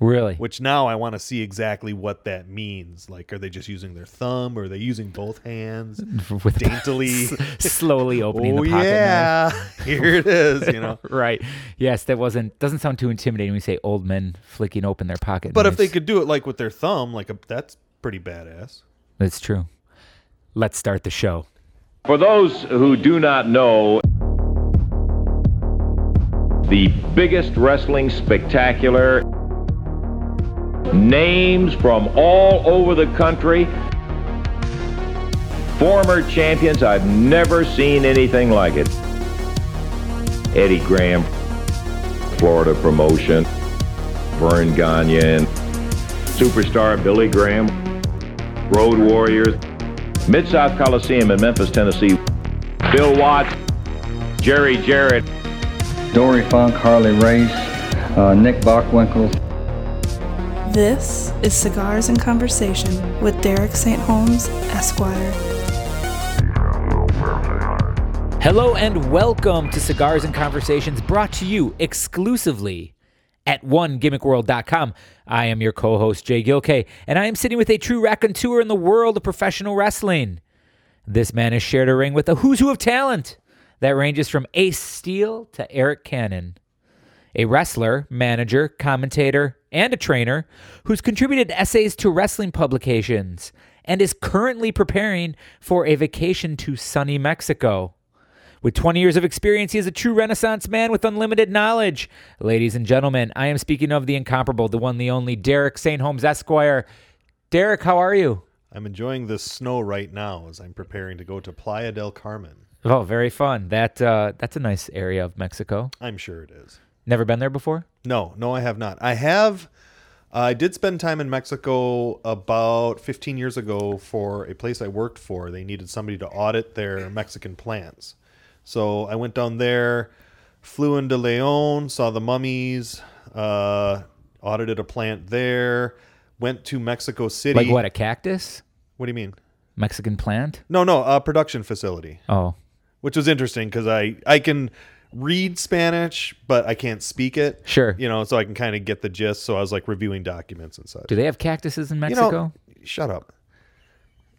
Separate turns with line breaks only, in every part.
Really?
which now I want to see exactly what that means. Like, are they just using their thumb or are they using both hands?
With
daintily-
slowly opening
oh,
the pocket knife.
yeah. Here it is, you know.
Right. Yes, that wasn't doesn't sound too intimidating when you say old men flicking open their pocket.
But if they
knives.
could do it like with their thumb, like a, that's pretty badass.
That's true. Let's start the show.
For those who do not know, the biggest wrestling spectacular, names from all over the country, former champions, I've never seen anything like it. Eddie Graham, Florida promotion, Vern Gagne, and superstar Billy Graham, Road Warriors, Mid South Coliseum in Memphis, Tennessee. Bill Watts, Jerry Jarrett,
Dory Funk, Harley Race, uh, Nick Bockwinkel,
This is Cigars and Conversation with Derek St. Holmes, Esquire.
Hello and welcome to Cigars and Conversations brought to you exclusively at onegimmickworld.com. I am your co host, Jay Gilkay, and I am sitting with a true raconteur in the world of professional wrestling. This man has shared a ring with a who's who of talent that ranges from Ace Steel to Eric Cannon. a wrestler, manager, commentator, and a trainer who's contributed essays to wrestling publications and is currently preparing for a vacation to sunny Mexico. With 20 years of experience, he is a true Renaissance man with unlimited knowledge. Ladies and gentlemen, I am speaking of the incomparable, the one, the only Derek St. Holmes Esquire. Derek, how are you?
I'm enjoying this snow right now as I'm preparing to go to Playa del Carmen.
Oh, very fun. That uh, that's a nice area of Mexico.
I'm sure it is.
Never been there before.
No, no, I have not. I have. uh, I did spend time in Mexico about 15 years ago for a place I worked for. They needed somebody to audit their Mexican plants. So I went down there, flew into Leon, saw the mummies, uh, audited a plant there, went to Mexico City.
Like what? A cactus?
What do you mean?
Mexican plant?
No, no, a production facility,
Oh,
which was interesting because I, I can read Spanish, but I can't speak it.
Sure.
You know, so I can kind of get the gist. So I was like reviewing documents and such.
Do they have cactuses in
you
Mexico?
know, shut up.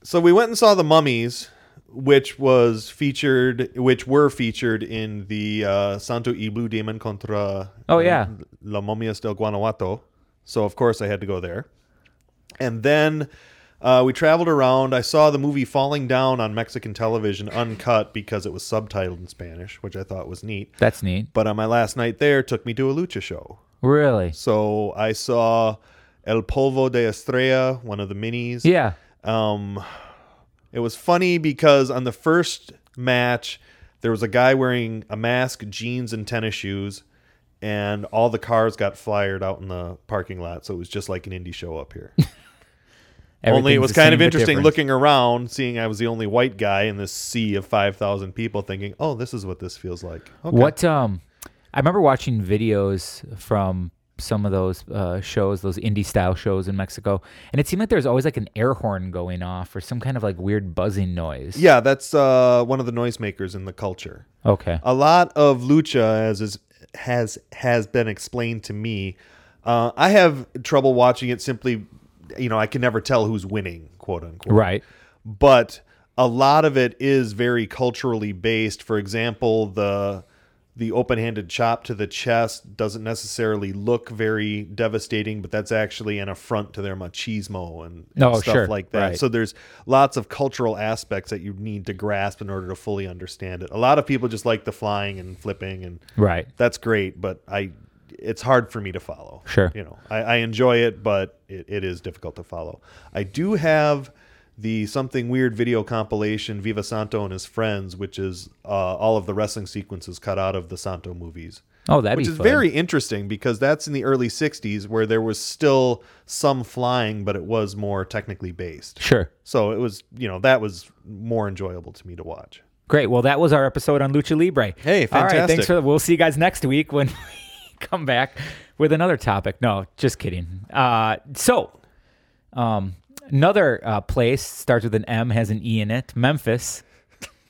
So we went and saw the mummies, which was featured, which were featured in the uh, Santo y Blue Demon contra.
Oh, yeah.
La Momias del Guanajuato. So of course I had to go there, and then. Uh, we traveled around. I saw the movie Falling Down on Mexican television uncut because it was subtitled in Spanish, which I thought was neat.
That's neat.
But on my last night there, took me to a lucha show.
Really?
So I saw El Polvo de Estrella, one of the minis.
Yeah.
Um, it was funny because on the first match, there was a guy wearing a mask, jeans, and tennis shoes, and all the cars got fired out in the parking lot. So it was just like an indie show up here. Only it
Everything's
was
the
kind
same
of
but
interesting
different.
looking around, seeing I was the only white guy in this sea of 5,000 people, thinking, oh, this is what this feels like. Okay.
What? Um, I remember watching videos from some of those uh, shows, those indie style shows in Mexico, and it seemed like there was always like an air horn going off or some kind of like weird buzzing noise.
Yeah, that's uh, one of the noisemakers in the culture.
Okay.
a lot of lucha as is has has been explained to me uh, i have trouble watching it simply you know i can never tell who's winning quote unquote
right.
but a lot of it is very culturally based for example the the open-handed chop to the chest doesn't necessarily look very devastating but that's actually an affront to their machismo and, and
Oh,
stuff
sure.
like that
Right.
so there's lots of cultural aspects that you need to grasp in order to fully understand it a lot of people just like the flying and flipping and
Right.
that's great but i it's hard for me to follow
Sure.
you know i, I enjoy it but it, it is difficult to follow i do have the something weird video compilation viva santo and his friends which is uh, all of the wrestling sequences cut out of the santo movies
Oh, that'd
which
be
is
fun.
very interesting because that's in the early 60s where there was still some flying but it was more technically based
sure.
so it was you know that was more enjoyable to me to watch
Great. Well, that was our episode on Lucha Libre.
Hey,
All right, thanks
fantastic.
for. We'll see you guys next week when we come back with another topic. No, just kidding. Uh, so, um, another uh, place starts with an M, has an E in it. Memphis.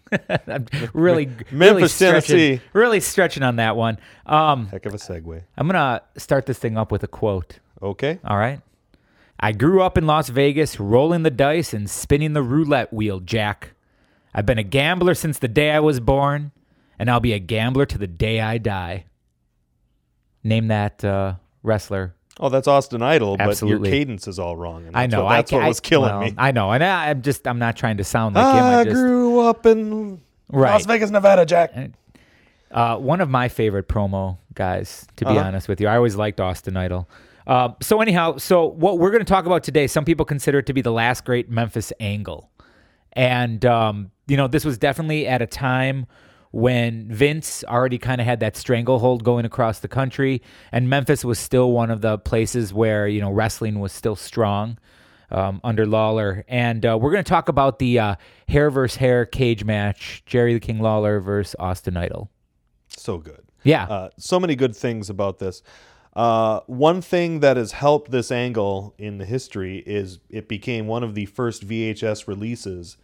I'm really, really
Memphis,
stretching,
Tennessee.
Really stretching on that one. Um,
heck of a segue
I'm gonna start this thing up with a quote.
Okay.
All right. I grew up in Las Vegas, rolling the dice and spinning the roulette wheel, Jack. I've been a gambler since the day I was born, and I'll be a gambler to the day I die. Name that uh, wrestler.
Oh, that's Austin Idol,
Absolutely.
but your cadence is all wrong. And
I
that's
know.
What, that's
I,
what
I-
was killing
well,
me. Ah,
I know, and I, I'm just I'm not trying to sound like him.
I,
I just,
grew up in
Right.
Las Vegas, Nevada, Jack.
Uh, one of my favorite promo guys, to be honest with you. I always liked Austin Idol. Uh, so anyhow, so what we're going to talk about today, some people consider it to be the last great Memphis angle, and um, you know this was definitely at a time when Vince already kind of had that stranglehold going across the country, and Memphis was still one of the places where you know wrestling was still strong um, under Lawler, and uh, we're going to talk about the uh, hair versus hair cage match, Jerry the King Lawler versus Austin Idol.
So good.
Yeah.
Uh, so many good things about this. Uh, one thing that has helped this angle in the history is it became one of the first VHS releases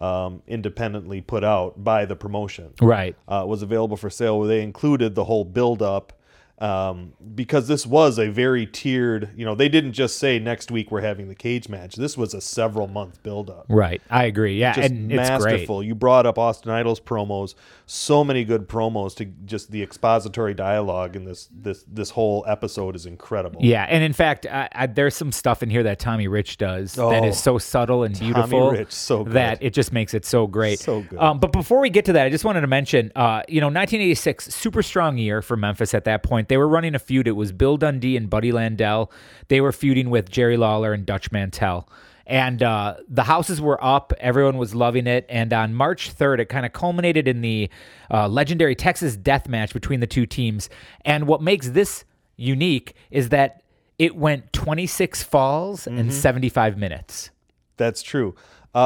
um, independently put out by the promotion.
right.
uh, was available for sale where they included the whole build up um, because this was a very tiered you know they didn't just say next week we're having the cage match this was a several month build up
Right. I agree. Yeah.
just
and it's
masterful
great.
you brought up austin idol's promos so many good promos to just the expository dialogue in this this this whole episode is incredible
Yeah. And in fact, I, I, there's some stuff in here that Tommy Rich does that
Oh.
is so subtle and beautiful
Rich, so good.
that it just makes it so great.
So good.
Um, but before we get to that, I just wanted to mention, uh, you know, 1986, super strong year for Memphis at that point. They were running a feud. It was Bill Dundee and Buddy Landell. They were feuding with Jerry Lawler and Dutch Mantel. And uh, the houses were up. Everyone was loving it. And on March 3rd, it kind of culminated in the uh, legendary Texas death match between the two teams. And what makes this unique is that it went 26 falls
Mm-hmm.
and 75 minutes.
That's true.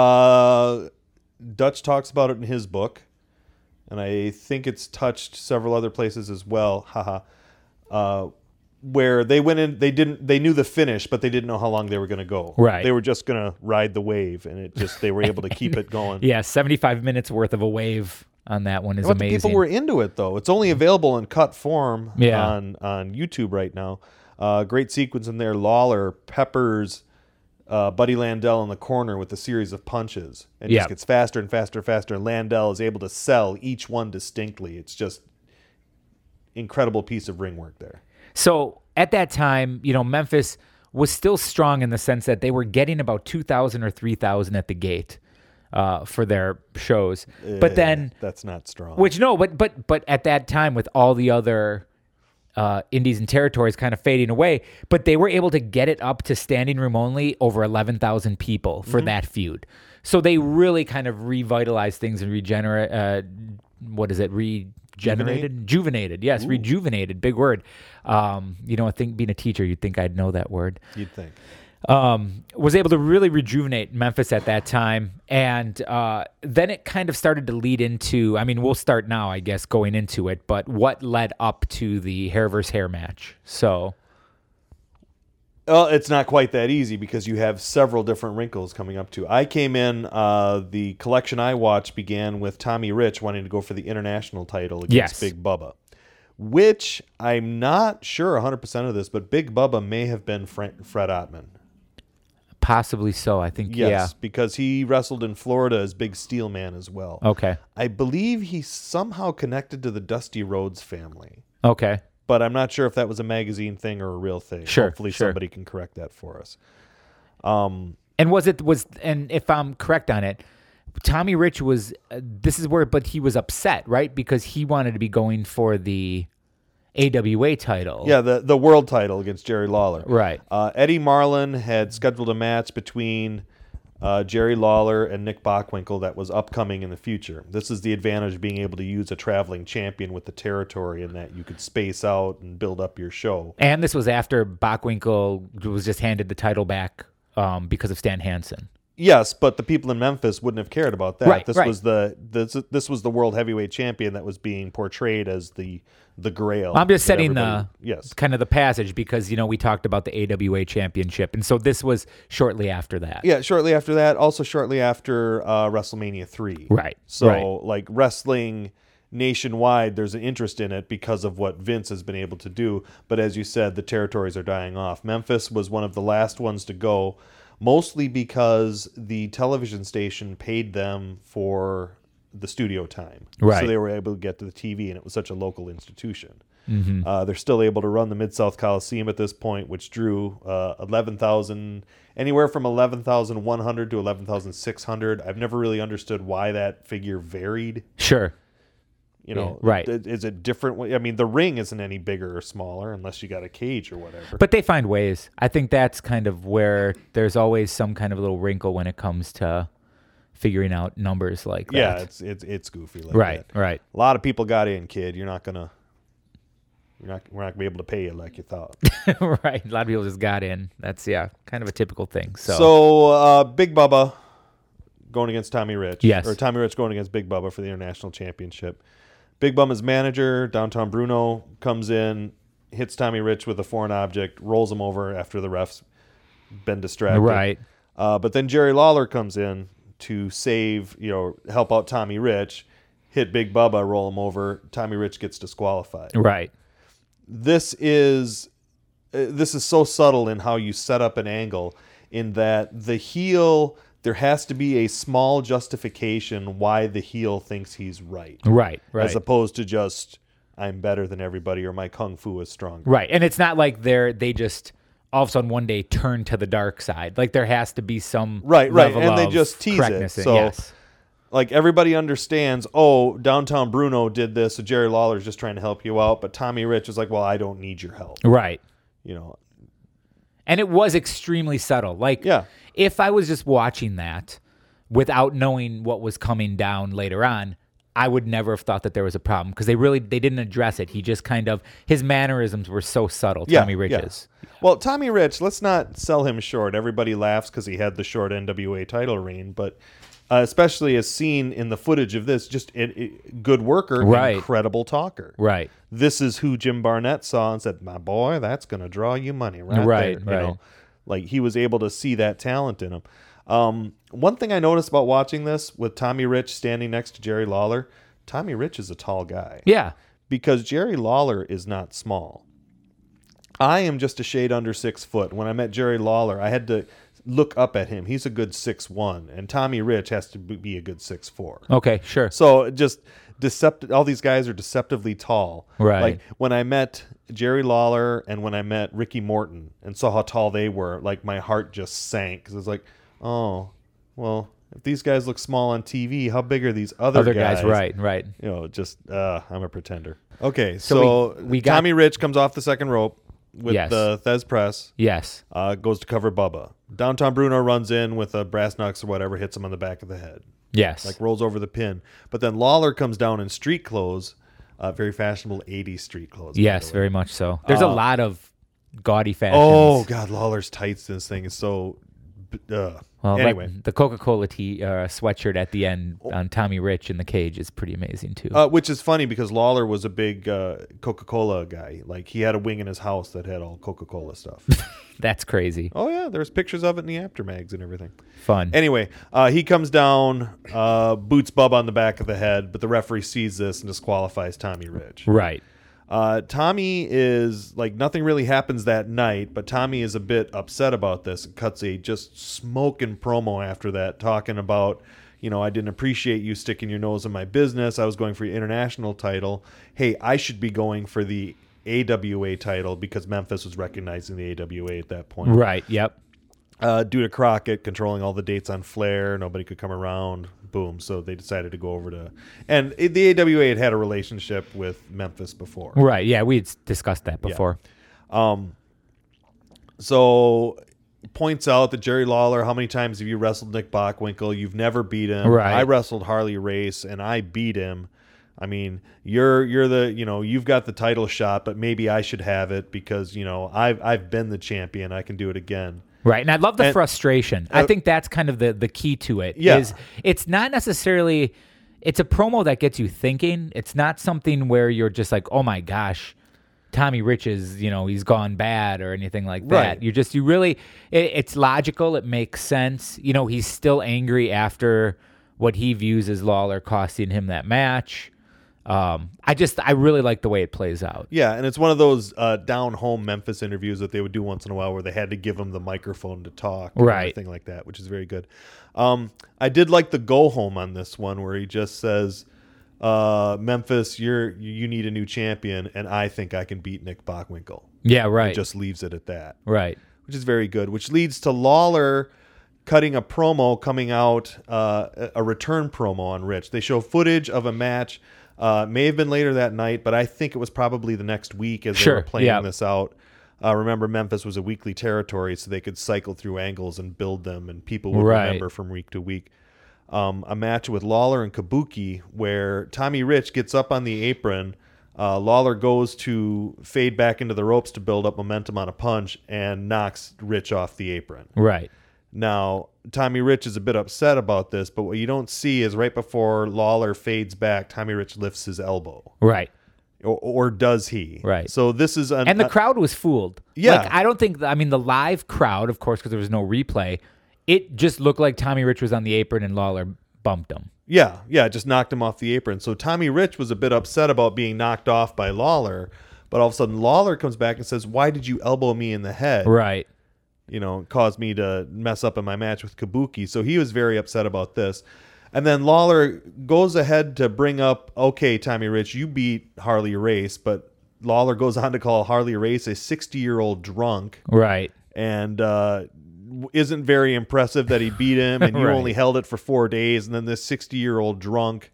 Uh, Dutch talks about it in his book, and I think it's touched several other places as well. Haha. Uh, where they went in, they didn't. They knew the finish, but they didn't know how long they were going to go.
Right.
They were just going to ride the wave, and it just they were able to keep it going.
Yeah, 75 minutes worth of a wave on that one is
But the
amazing.
people were into it though. It's only available in cut form
Yeah.
on on YouTube right now. Uh, great sequence in there. Lawler peppers uh, Buddy Landell in the corner with a series of punches, and
Yeah.
just gets faster and faster and faster. And Landell is able to sell each one distinctly. It's just incredible piece of ring work there.
So at that time, you know, Memphis was still strong in the sense that they were getting about 2,000 or 3,000 at the gate uh, for their shows. But then,
Eh, that's not strong.
which no, but but but at that time, with all the other uh, indies and territories kind of fading away, but they were able to get it up to standing room only over 11,000 people for that feud. So they really kind of revitalized things and regenerate. Uh, what is it? Regenerated, rejuvenated. Yes, rejuvenated. Big word. Um, you know, I think being a teacher, you'd think I'd know that word
you'd think.
um, was able to really rejuvenate Memphis at that time. And uh, then it kind of started to lead into, I mean, we'll start now, I guess, going into it, but what led up to the hair versus hair match? So,
Well, it's not quite that easy because you have several different wrinkles coming up to. I came in. Uh, the collection I watched began with Tommy Rich wanting to go for the international title
Yes.
against Big Bubba, which I'm not sure 100% of this, but Big Bubba may have been Fre- Fred Ottman.
possibly so. I think,
Yes, because he wrestled in Florida as Big Steel Man as well.
yeah. Okay.
I believe he somehow connected to the Dusty Rhodes family,
Okay.
but I'm not sure if that was a magazine thing or a real thing.
Sure,
Hopefully,
sure.
somebody can correct that for us.
And was it, was, and if I'm correct on it, Tommy Rich was, uh, this is where, but he was upset, right? Because he wanted to be going for the AWA title.
Yeah, the, the world title against Jerry Lawler.
Right.
Uh, Eddie Marlin had scheduled a match between uh, Jerry Lawler and Nick Bockwinkel that was upcoming in the future. This is the advantage of being able to use a traveling champion with the territory in that you could space out and build up your show.
And this was after Bockwinkel was just handed the title back um, because of Stan Hansen.
Yes, but the people in Memphis wouldn't have cared about that.
Right,
this
right.
was the this this was the world heavyweight champion that was being portrayed as the the grail.
I'm just
that
setting the
everybody- yes.
kind of the passage because you know we talked about the AWA championship, and so this was shortly after that.
Yeah, shortly after that, also shortly after uh, WrestleMania three.
Right,
So
right.
like wrestling nationwide there's an interest in it because of what Vince has been able to do. But as you said, the territories are dying off. Memphis was one of the last ones to go, mostly because the television station paid them for the studio time.
Right.
So they were able to get to the TV, and it was such a local institution.
Mm-hmm.
Uh, they're still able to run the Mid South Coliseum at this point, which drew uh, 11,000, anywhere from 11,100 to 11,600. I've never really understood why that figure varied.
Sure.
You know,
Yeah, right.
th- Is it different? wa- I mean, the ring isn't any bigger or smaller unless you got a cage or whatever.
But they find ways. I think that's kind of where there's always some kind of little wrinkle when it comes to figuring out numbers like that.
yeah, it's it's it's goofy. Like
Right,
that.
right.
A lot of people got in, kid. You're not gonna, you're not, we're not gonna be able to pay you like you thought.
right. A lot of people just got in. That's yeah, kind of a typical thing. So,
So, uh, Big Bubba going against Tommy Rich.
Yes.
Or Tommy Rich going against Big Bubba for the international championship. Big Bubba's manager, Downtown Bruno, comes in, hits Tommy Rich with a foreign object, rolls him over after the ref's been distracted.
Right.
Uh, but then Jerry Lawler comes in to save, you know, help out Tommy Rich, hit Big Bubba, roll him over. Tommy Rich gets disqualified
right.
this is uh, this is so subtle in how you set up an angle in that the heel there has to be a small justification why the heel thinks he's right
Right, right.
as opposed to just i'm better than everybody or my kung fu is stronger
Right. And it's not like they're they just all of a sudden one day turn to the dark side. Like there has to be some
Right, right,
level
and they
of
just tease it,
correctness in-
so-
yes.
like everybody understands oh downtown bruno did this so jerry lawler's just trying to help you out but tommy rich is like well i don't need your help
Right.
you know
And it was extremely subtle. Like
Yeah.
if I was just watching that without knowing what was coming down later on, I would never have thought that there was a problem because they really they didn't address it. He just kind of his mannerisms were so subtle, Tommy Rich's.
yeah. Well, Tommy Rich, let's not sell him short. Everybody laughs because he had the short NWA title reign, but uh, especially as seen in the footage of this, just it, it, good worker,
Right.
incredible talker.
Right.
This is who Jim Barnett saw and said, "My boy, that's going to draw you money, right?"
Right,
there," you know?
right.
Like he was able to see that talent in him. Um, one thing I noticed about watching this with Tommy Rich standing next to Jerry Lawler, Tommy Rich is a tall guy
Yeah.
because Jerry Lawler is not small. I am just a shade under six foot. When I met Jerry Lawler, I had to look up at him. He's a good six one, and Tommy Rich has to be be a good six four.
Okay, sure.
So just deceptive. All these guys are deceptively tall.
Right.
Like when I met Jerry Lawler and when I met Ricky Morton and saw how tall they were, like my heart just sank because it's like, oh, well, if these guys look small on TV, how big are these other,
Other guys, right, right.
you know, just uh, I'm a pretender. Okay,
So we-
so,
we got-
Tommy Rich comes off the second rope with
Yes.
the Thez press,
Yes.
uh, goes to cover Bubba. Downtown Bruno runs in with a brass knucks or whatever, hits him on the back of the head,
Yes.
like rolls over the pin. But then Lawler comes down in street clothes, uh, very fashionable '80s street clothes. by
Yes,
the way.
very much so. There's a lot of gaudy fashions.
uh, Oh God, Lawler's tights. in This thing is so. b- Uh.
Well, like
anyway, Oh.
the Coca-Cola tee uh, sweatshirt at the end on Tommy Rich in the cage is pretty amazing too.
Uh, which is funny because Lawler was a big uh, Coca Cola guy. Like he had a wing in his house that had all Coca Cola stuff.
That's crazy
Oh yeah, there's pictures of it in the aftermags and everything.
fun.
Anyway, uh, he comes down, uh, boots Bub on the back of the head, but the referee sees this and disqualifies Tommy Ridge.
right.
Uh, Tommy is like nothing really happens that night, but Tommy is a bit upset about this and cuts a just smoking promo after that, talking about, you know, I didn't appreciate you sticking your nose in my business. I was going for your international title. Hey, I should be going for the AWA title because Memphis was recognizing the AWA at that point
Right. Yep.
uh, due to Crockett controlling all the dates on Flair, nobody could come around. Boom. So they decided to go over to, and it- the AWA had had a relationship with Memphis before.
Right. Yeah, we had s- discussed that before.
So points out that Jerry Lawler, how many times have you wrestled Nick Bockwinkel? You've never beat him.
Right.
I wrestled Harley Race and I beat him. I mean, you're you're the you know you've got the title shot, but maybe I should have it because you know I've I've been the champion. I can do it again.
Right. And I love the
And-
frustration. I think that's kind of the the key to it.
Yeah.
is it's not necessarily it's a promo that gets you thinking. It's not something where you're just like, "Oh my gosh, Tommy Rich is, you know, he's gone bad or anything like that."
Right.
You just you really it, it's logical, it makes sense. You know, he's still angry after what he views as Lawler costing him that match. Um, I just I really like the way it plays out.
Yeah, and it's one of those uh, down home Memphis interviews that they would do once in a while, where they had to give him the microphone to talk, and
Right.
Everything like that, which is very good. Um, I did like the go home on this one, where he just says, uh, "Memphis, you're you need a new champion, and I think I can beat Nick Bockwinkel."
Yeah, right.
Just leaves it at that
right.
which is very good, which leads to Lawler cutting a promo coming out, uh, a- a return promo on Rich. They show footage of a match. Uh, may have been later that night, but I think it was probably the next week as they
Sure,
were playing
yeah.
this out. Uh, remember, Memphis was a weekly territory, so they could cycle through angles and build them, and people would
Right.
remember from week to week. Um, a match with Lawler and Kabuki where Tommy Rich gets up on the apron. Uh, Lawler goes to fade back into the ropes to build up momentum on a punch and knocks Rich off the apron.
Right.
Now, Tommy Rich is a bit upset about this, but what you don't see is right before Lawler fades back, Tommy Rich lifts his elbow.
Right.
Or, or does he?
Right.
So this is an,
And the
a-
crowd was fooled.
Uh, Yeah.
Like, I don't think, I mean, the live crowd, of course, because there was no replay, it just looked like Tommy Rich was on the apron and Lawler bumped him.
Yeah, yeah, just knocked him off the apron. So Tommy Rich was a bit upset about being knocked off by Lawler, but all of a sudden Lawler comes back and says, "Why did you elbow me in the head?
Right.
You know, it caused me to mess up in my match with Kabuki." So he was very upset about this. And then Lawler goes ahead to bring up, "Okay, Tommy Rich, you beat Harley Race, but." Lawler goes on to call Harley Race a 60 year old drunk
Right.
and uh, w- isn't very impressive that he beat him and you
Right.
only held it for four days and then this 60 year old drunk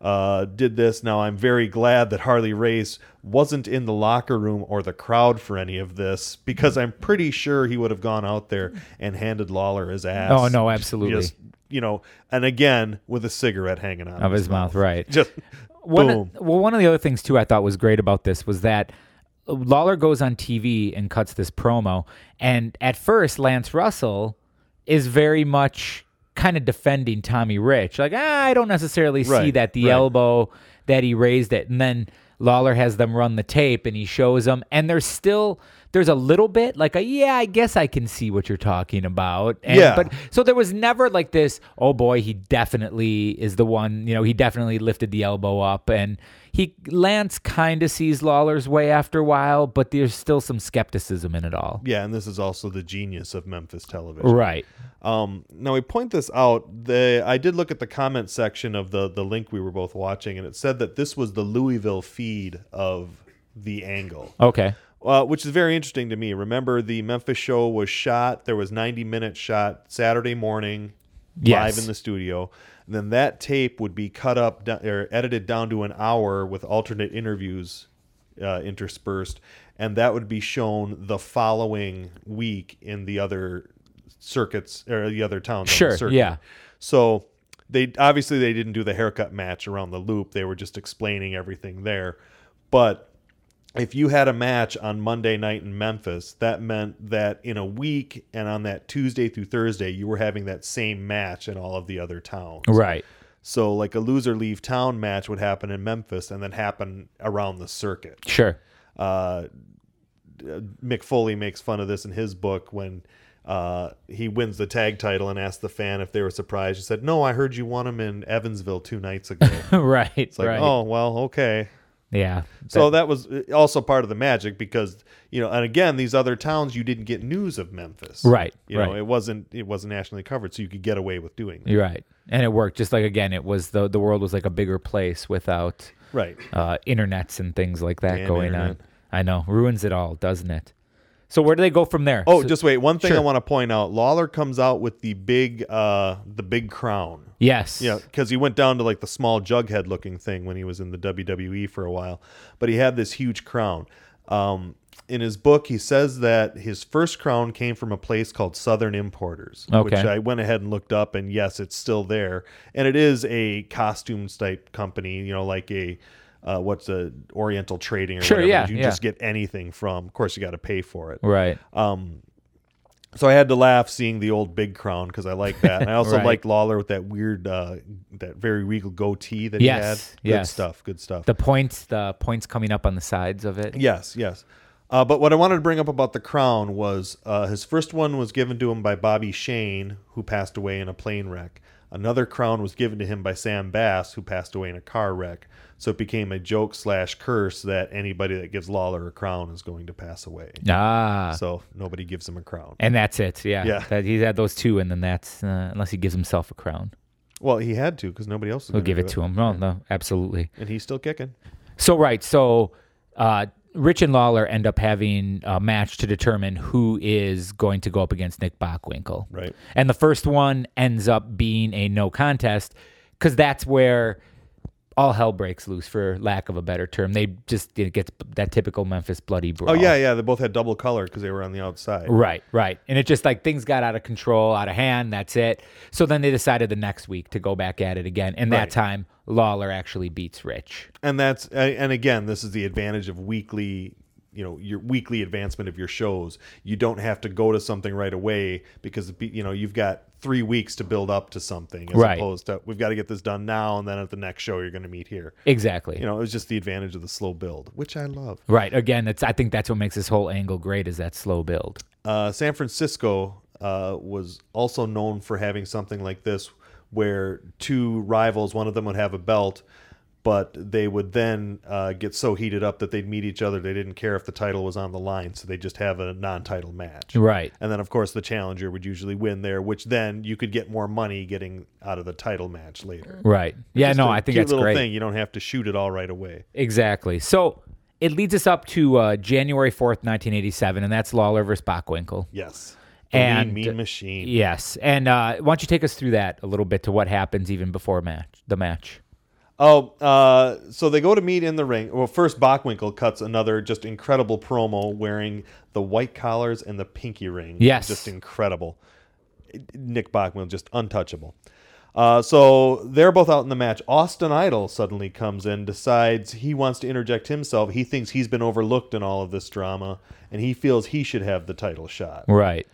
uh, did this now i'm very glad that harley race wasn't in the locker room or the crowd for any of this because i'm pretty sure he would have gone out there and handed lawler his ass
Oh, no, absolutely.
just you know and again with a cigarette hanging out
Of his mouth, right.
just
one
boom
Of, well, one of the other things too I thought was great about this was that uh, Lawler goes on TV and cuts this promo, and at first Lance Russell is very much kind of defending Tommy Rich, like ah, I don't necessarily see
Right,
that the
right.
elbow that he raised it, and then Lawler has them run the tape and he shows them, and there's still there's a little bit like a yeah, I guess I can see what you're talking about, and,
Yeah.
but so there was never like this, oh boy, he definitely is the one, you know, he definitely lifted the elbow up and he Lance kind of sees Lawler's way after a while, but there's still some skepticism in it all.
yeah and this is also the genius of memphis television
Right.
Um, now we point this out. The I did look at the comment section of the the link we were both watching, and it said that this was the Louisville feed of the angle,
Okay.
uh, which is very interesting to me. Remember, the Memphis show was shot. There was ninety minute shot Saturday morning,
Yes.
live in the studio. And then that tape would be cut up do- or edited down to an hour with alternate interviews uh, interspersed, and that would be shown the following week in the other circuits or the other towns. on the
Sure,
circuit.
yeah.
So they obviously they didn't do the haircut match around the loop. They were just explaining everything there, but if you had a match on Monday night in Memphis, that meant that in a week and on that Tuesday through Thursday, you were having that same match in all of the other towns.
Right.
So, like a loser leave town match would happen in Memphis and then happen around the circuit.
Sure.
Uh, Mick Foley makes fun of this in his book when uh, he wins the tag title and asked the fan if they were surprised. He said, No, I heard you won him in Evansville two nights ago. It's
right. It's
like,
right.
Oh, well, okay.
Yeah.
So that was uh, also part of the magic because you know, and again, these other towns you didn't get news of Memphis,
Right,
You know,
right.
it wasn't it wasn't nationally covered, so you could get away with doing that,
You're right. And it worked. Just like again, it was the the world was like a bigger place without
right?
uh, internets and things like that
Damn
going on.
internet.
I know. Ruins it all, doesn't it? So where do they go from there?
Oh,
So-
just wait. One thing I
sure.
want to point out: Lawler comes out with the big, uh the big crown.
Yes.
Yeah, because he went down to like the small jughead looking thing when he was in the WWE for a while, but he had this huge crown. Um, in his book, he says that his first crown came from a place called Southern Importers, which
Okay.
I went ahead and looked up, and yes, it's still there, and it is a costumes type company, you know, like a uh, what's a Oriental Trading or
Sure,
whatever.
yeah,
you
yeah.
just get anything from. Of course, you got to pay for it.
Right.
Um, So I had to laugh seeing the old big crown because I like that, and I also
Right.
liked Lawler with that weird, uh, that very regal goatee that
Yes,
he had. Good
yes.
stuff. Good stuff.
the points the points coming up on the sides of it
yes, yes. Uh, but what I wanted to bring up about the crown was uh, his first one was given to him by Bobby Shane, who passed away in a plane wreck. Another crown was given to him by Sam Bass, who passed away in a car wreck. So it became a joke slash curse that anybody that gives Lawler a crown is going to pass away.
Ah.
So nobody gives him a crown.
And that's it. Yeah.
Yeah.
That, he's had those two, and then that's uh, unless he gives himself a crown,
Well, he had to because nobody else was
we'll
gonna
give
do
it to him. No, no, absolutely.
And he's still kicking.
So right, so uh, Rich and Lawler end up having a match to determine who is going to go up against Nick Bockwinkel.
Right.
And the first one ends up being a no contest because that's where all hell breaks loose, for lack of a better term. They just it gets that typical Memphis bloody brawl.
Oh yeah, yeah. They both had double color because they were on the outside.
Right, right. And it just like things got out of control, out of hand. That's it. So then they decided the next week to go back at it again. And that
Right.
time, Lawler actually beats Rich.
and that's a- and again this is the advantage of weekly you know your weekly advancement of your shows you don't have to go to something right away because it be- you know you've got three weeks to build up to something as
Right.
opposed to we've got to get this done now and then at the next show you're going to meet here
Exactly.
you know it was just the advantage of the slow build which i love
Right. Again, that's I think that's what makes this whole angle great is that slow build.
uh, San Francisco uh, was also known for having something like this, where two rivals, one of them would have a belt, but they would then uh, get so heated up that they'd meet each other. They didn't care if the title was on the line, so they just have a non-title match.
Right.
And then, of course, the challenger would usually win there, which then you could get more money getting out of the title match later.
Right. Yeah,
Just
no,
a
I think
cute
that's
little
great.
thing. You don't have to shoot it all right away.
Exactly. So it leads us up to uh, January 4th, 1987, and that's Lawler versus Bockwinkel.
Yes. The
And
mean, mean machine.
Yes. And uh, why don't you take us through that a little bit to what happens even before match the match?
Oh, uh, so they go to meet in the ring. Well, first Bockwinkel cuts another just incredible promo wearing the white collars and the pinky ring.
Yes.
just incredible. Nick Bockwinkel just untouchable. Uh, so they're both out in the match. Austin Idol suddenly comes in, decides he wants to interject himself. He thinks he's been overlooked in all of this drama, and he feels he should have the title shot.
Right.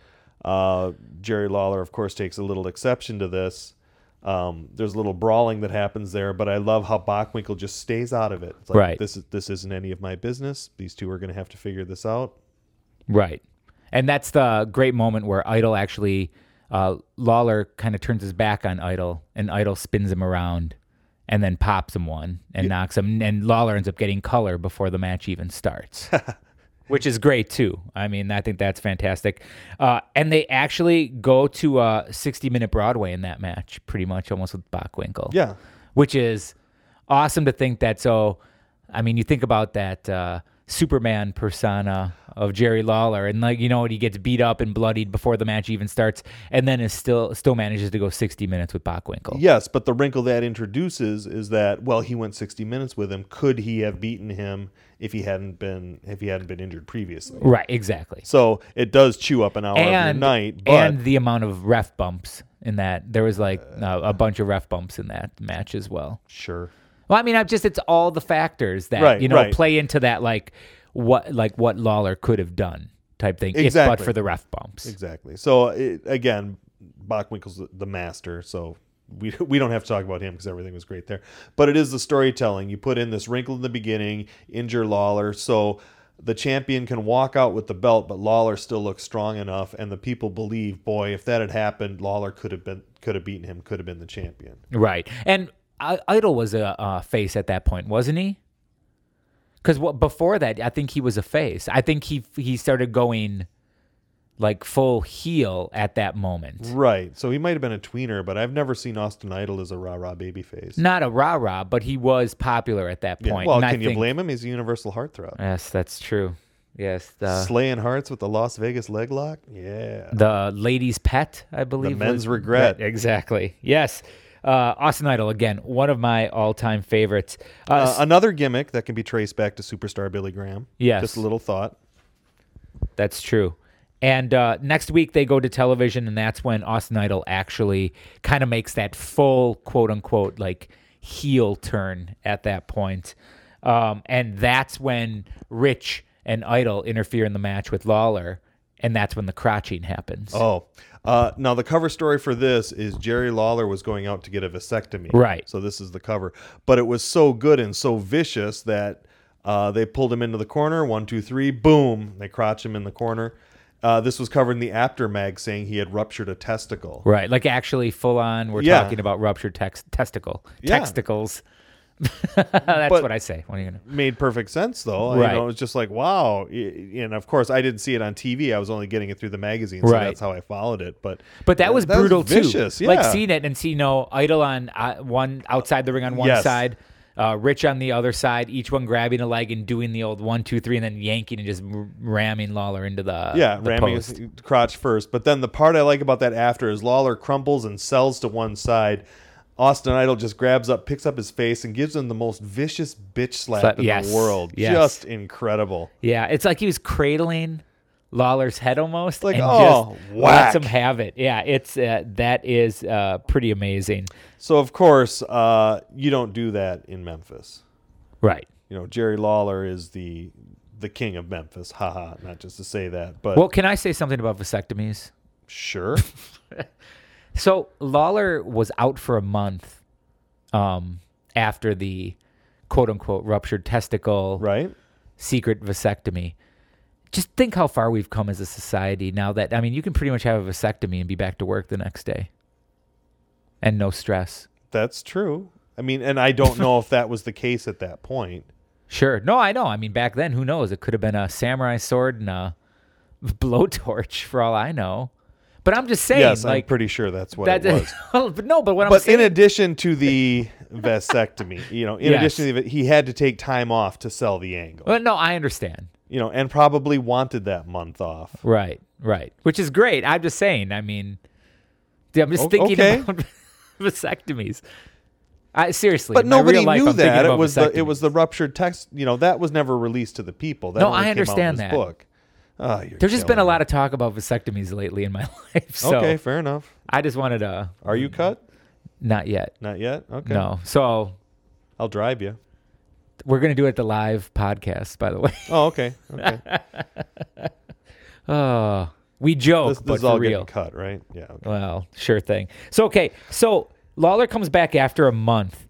Uh, Jerry Lawler, of course, takes a little exception to this. Um, there's a little brawling that happens there, but I love how Bachwinkle just stays out of it. It's like,
Right.
This is this isn't any of my business. These two are going to have to figure this out.
Right. And that's the great moment where Idol actually, uh, Lawler kind of turns his back on Idol and Idol spins him around and then pops him one and knocks him. And Lawler ends up getting color before the match even starts, which is great too. I mean, I think that's fantastic. Uh, and they actually go to a 60 minute Broadway in that match, pretty much almost with Bachwinkle
Yeah.
which is awesome to think that. So, I mean, you think about that uh, Superman persona of Jerry Lawler, and like you know, he gets beat up and bloodied before the match even starts, and then is still still manages to go sixty minutes with Bockwinkel.
Yes, but the wrinkle that introduces is that well, he went 60 minutes with him. Could he have beaten him if he hadn't been if he hadn't been injured previously?
Right, exactly.
So it does chew up an hour of your
And
night, but
and the amount of ref bumps in that there was like uh, a bunch of ref bumps in that match as well.
sure.
Well, I mean, I'm just it's all the factors that
Right,
you know
right.
play into that like what like what Lawler could have done type thing if but
Exactly.
for the ref bumps.
Exactly. So it, again, Bachwinkle's the- the master, so we we don't have to talk about him because everything was great there. But it is the storytelling. You put in this wrinkle in the beginning, injure Lawler, so the champion can walk out with the belt, but Lawler still looks strong enough, and the people believe, boy, if that had happened, Lawler could have been could have beaten him, could have been the champion.
Right. And I- Idol was a uh, face at that point, wasn't he? Because what before that, I think he was a face. I think he he started going like full heel at that moment.
Right. So he might have been a tweener, but I've never seen Austin Idol as a rah rah babyface.
Not a rah rah, but he was popular at that
Yeah.
point.
Well,
And I
can you
think-
blame him? He's a universal heartthrob.
Yes, that's true. Yes, the
Slaying hearts with the Las Vegas leg lock. Yeah.
the lady's pet, I believe.
men's
was-
regret.
Right, exactly. Yes. Uh, Austin Idol again, one of my all-time favorites. Uh,
Uh, another gimmick that can be traced back to superstar Billy Graham.
Yes.
Just a little thought.
That's true. And uh, next week they go to television, and that's when Austin Idol actually kind of makes that full quote unquote like heel turn at that point. Um, and that's when Rich and Idol interfere in the match with Lawler, and that's when the crotching happens.
Oh. Uh, now, the cover story for this is Jerry Lawler was going out to get a vasectomy.
Right.
So, this is the cover. But it was so good and so vicious that uh, they pulled him into the corner. One, two, three. Boom. They crotch him in the corner. Uh, this was covered in the Apter mag saying he had ruptured a testicle.
Right, like actually full on. We're
Yeah.
talking about ruptured tex- testicle,
Yeah.
testicles. That's
But-
what I say. What are you gonna?
Made perfect sense though.
Right.
You know, it was just like wow. Y- And of course, I didn't see it on TV. I was only getting it through the magazine, so
Right.
that's how I followed it. But
But that was brutal
vicious,
too.
Yeah.
Like seeing it and seeing no idol on uh, one outside the ring on one
Yes.
side, uh, Rich on the other side. Each one grabbing a leg and doing the old one, two, three, and then yanking and just r- ramming Lawler into the
yeah,
the
ramming
post.
his crotch first. But then the part I like about that after is Lawler crumbles and sells to one side. Austin Idol just grabs up, picks up his face, and gives him the most vicious bitch slap
Slap-
in
yes,
the world.
yes.
Just incredible.
Yeah, it's like he was cradling Lawler's head almost,
Like,
and
oh,
just lets
whack.
him have it. Yeah, it's uh, that is uh, pretty amazing.
So of course, uh, you don't do that in Memphis.
Right.
You know, Jerry Lawler is the the king of Memphis. Haha, not just to say that, but
Well, can I say something about vasectomies?
sure.
So Lawler was out for a month um, after the quote unquote ruptured testicle
right?
secret vasectomy. Just think how far we've come as a society now that, I mean, you can pretty much have a vasectomy and be back to work the next day and no stress.
That's true. I mean, and I don't know if that was the case at that point.
Sure. No, I know. I mean, back then, who knows? It could have been a samurai sword and a blowtorch for all I know. But I'm just saying,
yes,
like,
I'm pretty sure that's what
that,
it was.
but no, but what I'm
but
saying,
in addition to the vasectomy, you know, in
Yes.
addition to the, he had to take time off to sell the angle,
Well, no, I understand.
you know, and probably wanted that month off.
Right, right. Which is great. I'm just saying. I mean, dude, I'm just
O-
thinking
okay.
about vasectomies. I seriously,
But
in my real
nobody
life,
knew
I'm thinking
that it
about
was the it
vasectomies.
was the ruptured text. You know, that was never released to the people. That
No,
only
I
came out in
understand
this
that.
Book. Ah, you're
There's just been a
killing
lot of talk about vasectomies lately in my life,
me.
so
okay, fair enough.
I just wanted to.
Are you cut?
Not yet.
Not yet. Okay,
Mm. No. So
I'll drive you.
we're gonna do it at the live podcast. By the way,
Oh, okay. Okay,
oh, we joke,
this,
but
this is
for
all
real.
getting cut, right? Yeah. Okay.
Well, sure thing. So okay, so Lawler comes back after a month,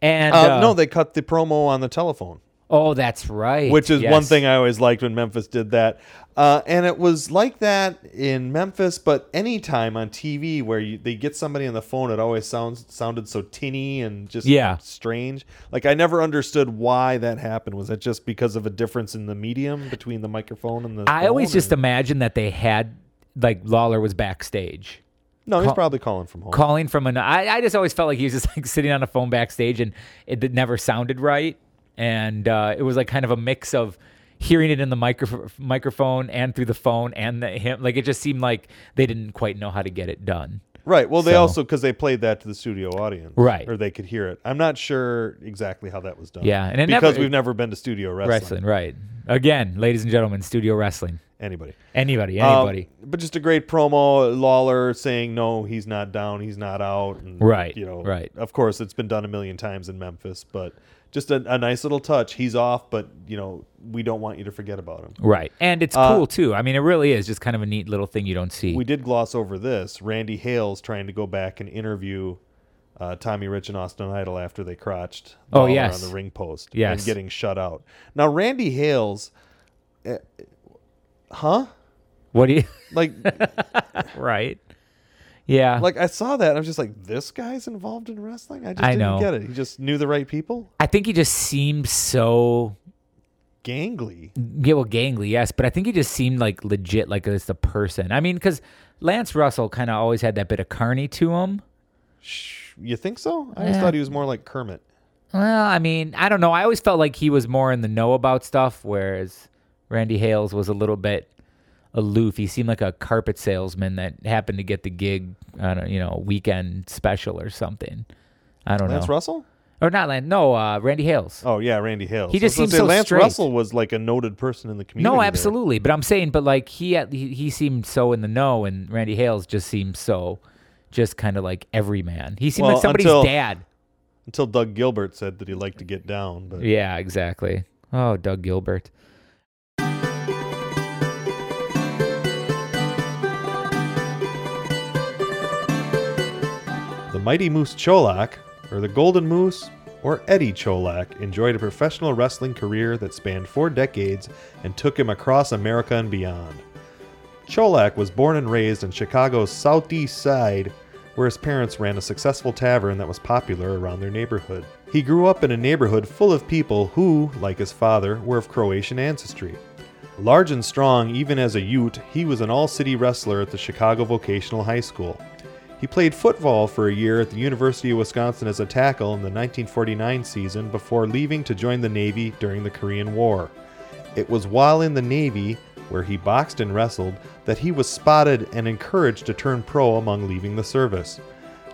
and
Uh,
uh,
no, they cut the promo on the telephone.
oh, that's right.
which is one
Yes.
thing I always liked when Memphis did that. Uh, and it was like that in Memphis, but anytime on TV where you, they get somebody on the phone, it always sounds sounded so tinny and just
Yeah.
strange. Like I never understood why that happened. Was it just because of a difference in the medium between the microphone and the?
I always
phone,
just
or-
imagine that they had like Lawler was backstage
no, he's
call-
probably calling from home.
calling from an. I, I just always felt like he was just like sitting on a phone backstage, and it did- never sounded right. And uh, it was like kind of a mix of hearing it in the micro- microphone and through the phone and the him. Like it just seemed like they didn't quite know how to get it done.
Right. Well, they
So-
also because they played that to the studio audience,
Right.
Or they could hear it. I'm not sure exactly how that was done.
Yeah, and it never-
because we've never been to studio wrestling.
Wrestling, right? Again, ladies and gentlemen, studio wrestling.
Anybody.
Anybody,
Um,
anybody.
but just a great promo, Lawler saying no, he's not down, he's not out. And,
Right,
You know,
right.
Of course, it's been done a million times in Memphis, but just a, a nice little touch. He's off, but you know, we don't want you to forget about him.
right, and it's cool too. I mean, it really is just kind of a neat little thing you don't see.
uh, We did gloss over this. Randy Hales trying to go back and interview uh, Tommy Rich and Austin Idol after they crotched
Oh,
Lawler
yes.
on the ring post
Yes.
and getting shut out. Now Randy Hales, uh, huh?
what do you?
Like
right. Yeah.
like I saw that, and I was just like, this guy's involved in wrestling. I just
I
didn't
know.
get it. He just knew the right people.
I think he just seemed so
Gangly.
yeah, well, gangly, yes, but I think he just seemed like legit, like as the person. I mean, because Lance Russell kind of always had that bit of carny to him.
Sh- You think so? I always thought he was more like Kermit.
Well, I mean, I don't know. I always felt like he was more in the know about stuff, whereas Randy Hales was a little bit aloof. He seemed like a carpet salesman that happened to get the gig on a you know weekend special or something. I don't
Lance
know,
Russell?
or not Lance. No, uh, Randy Hales.
Oh yeah, Randy Hales.
He
I was
just
gonna
seems
say
so
Lance
straight.
Russell was like a noted person in the community.
No,
there.
absolutely. But I'm saying, but like he, at- he he seemed so in the know, and Randy Hales just seemed so, just kind of like every man. He seemed
Well,
like somebody's
until-
dad.
Until Doug Gilbert said that he liked to get down, but
Yeah, exactly. Oh, Doug Gilbert.
the Mighty Moose Cholak, or the Golden Moose, or Eddie Cholak, enjoyed a professional wrestling career that spanned four decades and took him across America and beyond. Cholak was born and raised in Chicago's southeast side, where his parents ran a successful tavern that was popular around their neighborhood. He grew up in a neighborhood full of people who, like his father, were of Croatian ancestry. Large and strong, even as a Ute, he was an all city wrestler at the Chicago Vocational High School. He played football for a year at the University of Wisconsin as a tackle in the 1949 season before leaving to join the Navy during the Korean War. It was while in the Navy, where he boxed and wrestled, that he was spotted and encouraged to turn pro among leaving the service.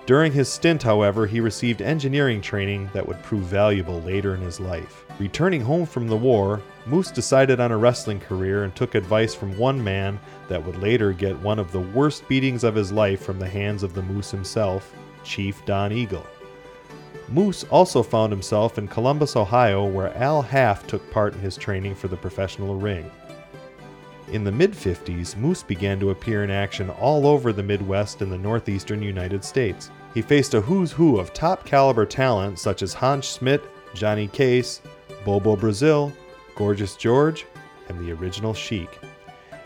During his stint, however, he received engineering training that would prove valuable later in his life. Returning home from the war, Moose decided on a wrestling career and took advice from one man that would later get one of the worst beatings of his life from the hands of the Moose himself, Chief Don Eagle. Moose also found himself in Columbus, Ohio, where Al Half took part in his training for the professional ring. In the mid 50s, Moose began to appear in action all over the Midwest and the northeastern United States. He faced a who's who of top caliber talent such as Hans Schmidt, Johnny Case, Bobo Brazil, Gorgeous George, and the original Sheik.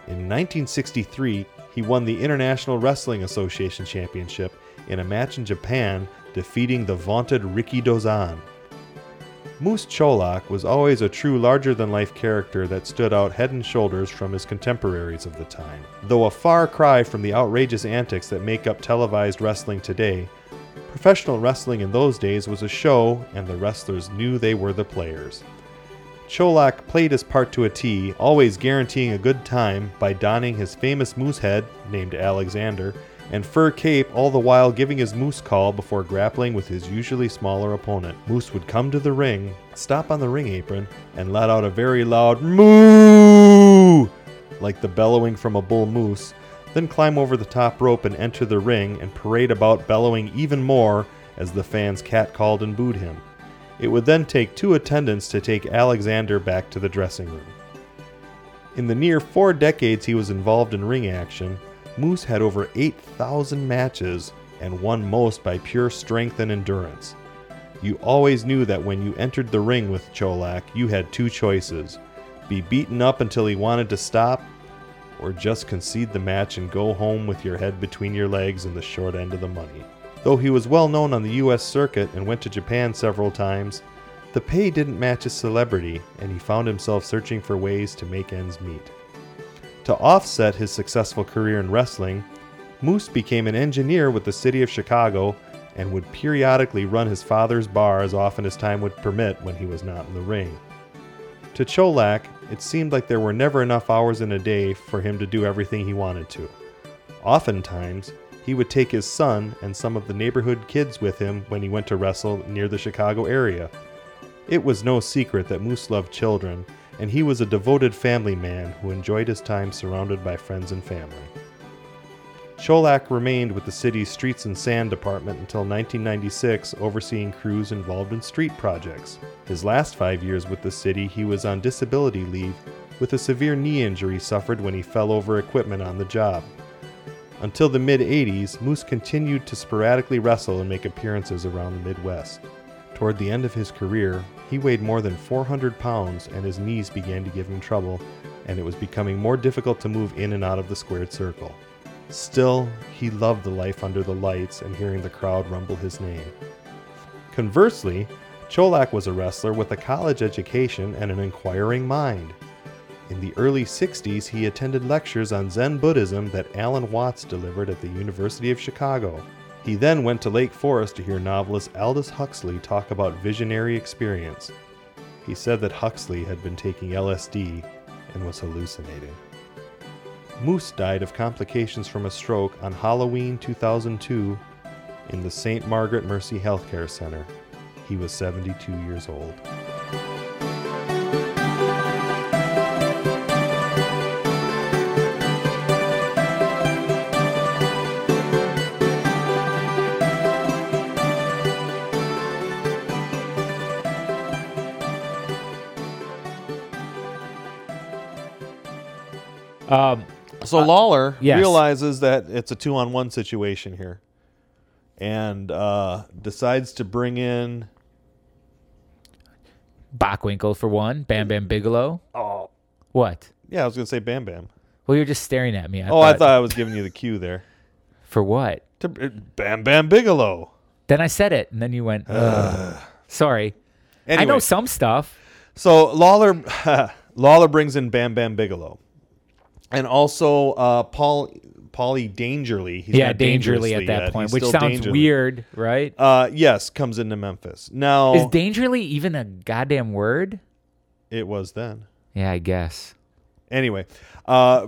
In 1963, he won the International Wrestling Association Championship in a match in Japan, defeating the vaunted Ricky Dozan. Moose Cholak was always a true larger than life character that stood out head and shoulders from his contemporaries of the time. Though a far cry from the outrageous antics that make up televised wrestling today, professional wrestling in those days was a show and the wrestlers knew they were the players. Cholak played his part to a T, always guaranteeing a good time by donning his famous moose head, named Alexander, and fur cape, all the while giving his moose call before grappling with his usually smaller opponent. Moose would come to the ring, stop on the ring apron, and let out a very loud moo, like the bellowing from a bull moose, then climb over the top rope and enter the ring and parade about bellowing even more as the fans catcalled and booed him. It would then take two attendants to take Alexander back to the dressing room. In the near four decades he was involved in ring action, Moose had over 8,000 matches and won most by pure strength and endurance. You always knew that when you entered the ring with Cholak, you had two choices be beaten up until he wanted to stop, or just concede the match and go home with your head between your legs and the short end of the money. Though he was well known on the US circuit and went to Japan several times, the pay didn't match his celebrity, and he found himself searching for ways to make ends meet. To offset his successful career in wrestling, Moose became an engineer with the city of Chicago and would periodically run his father's bar as often as time would permit when he was not in the ring. To Cholak, it seemed like there were never enough hours in a day for him to do everything he wanted to. Oftentimes, he would take his son and some of the neighborhood kids with him when he went to wrestle near the Chicago area. It was no secret that Moose loved children, and he was a devoted family man who enjoyed his time surrounded by friends and family. Cholak remained with the city's Streets and Sand Department until 1996, overseeing crews involved in street projects. His last five years with the city, he was on disability leave with a severe knee injury suffered when he fell over equipment on the job. Until the mid 80s, Moose continued to sporadically wrestle and make appearances around the Midwest. Toward the end of his career, he weighed more than 400 pounds and his knees began to give him trouble, and it was becoming more difficult to move in and out of the squared circle. Still, he loved the life under the lights and hearing the crowd rumble his name. Conversely, Cholak was a wrestler with a college education and an inquiring mind. In the early 60s, he attended lectures on Zen Buddhism that Alan Watts delivered at the University of Chicago. He then went to Lake Forest to hear novelist Aldous Huxley talk about visionary experience. He said that Huxley had been taking LSD and was hallucinating. Moose died of complications from a stroke on Halloween 2002 in the St. Margaret Mercy Healthcare Center. He was 72 years old.
Um,
So Lawler
yes.
realizes that it's a two on one situation here and uh, decides to bring in.
Bachwinkle for one, Bam Bam Bigelow. Oh. What?
Yeah, I was going to say Bam Bam.
Well, you're just staring at me. I
Oh, I thought I was giving you the cue there.
for what?
To uh, Bam Bam Bigelow.
Then I said it, and then you went. "Ugh." Sorry. I know
Anyway.
some stuff.
So Lawler Lawler brings in Bam Bam Bigelow, and also uh, Paul Paulie Dangerly. He's
yeah, dangerly
not
at
Dangerously
that
yet.
point,
He's
which
still
sounds
Dangerly.
weird, right?
Uh, yes, comes into Memphis now.
Is dangerly even a goddamn word?
it was then.
Yeah, I guess.
Anyway, uh,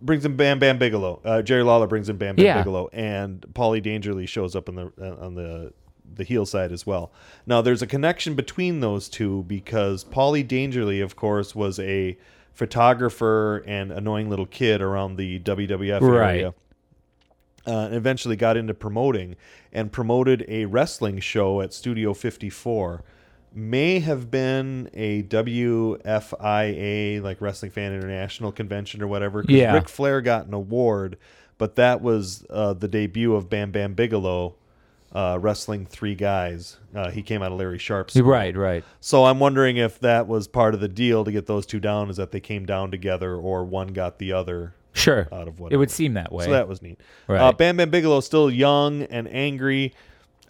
brings in Bam Bam Bigelow. Uh, Jerry Lawler brings in Bam Bam
Yeah.
Bigelow, and Paulie Dangerly shows up on the uh, on the the heel side as well. Now there's a connection between those two because Paulie Dangerly, of course, was a photographer and annoying little kid around the WWF
Right.
area. Uh, and eventually got into promoting and promoted a wrestling show at Studio 54. May have been a WFIA, like Wrestling Fan International convention or whatever. 'cause
Yeah.
Ric Flair got an award, but that was uh, the debut of Bam Bam Bigelow uh, wrestling three guys. Uh, he came out of Larry Sharp's.
Right, right.
So I'm wondering if that was part of the deal to get those two down, is that they came down together or one got the other.
Sure.
Out of
it
whatever.
would seem that way.
So that was neat.
Right.
Uh, Bam Bam Bigelow still young and angry.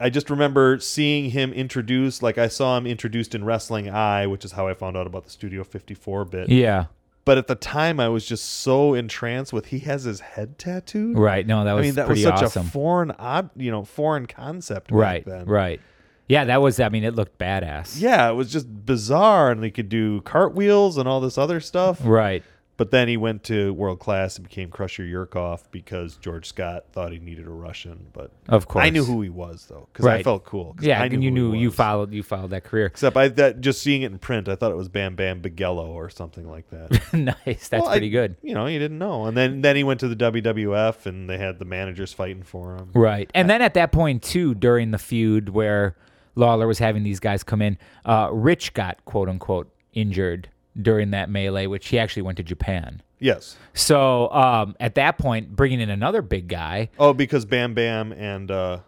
I just remember seeing him introduced, like I saw him introduced in Wrestling Eye, which is how I found out about the Studio 54 bit.
yeah.
But at the time, I was just so entranced with he has his head tattooed.
Right. No, that
I
was
mean, that
pretty
was such
awesome.
a foreign, ob- you know, foreign concept. back
right.
Then.
Right. Yeah, that was. I mean, it looked badass.
Yeah, it was just bizarre, and he could do cartwheels and all this other stuff.
Right.
But then he went to world class and became Crusher Yurkov because George Scott thought he needed a Russian. But
Of course.
I knew who he was though because I
Right.
felt cool. 'cause
Yeah,
I
and you
who he
knew you
was.
followed you followed that career.
Except I that just seeing it in print, I thought it was Bam Bam Bigelow or something like that.
nice. That's
Well, I-
pretty good.
You know, you didn't know, and then then he went to the WWF and they had the managers fighting for him.
Right. And then at that point too, during the feud where Lawler was having these guys come in, uh, Rich got quote unquote injured during that melee, which he actually went to Japan.
Yes.
So um, at that point, bringing in another big guy,
Oh, because Bam Bam and uh,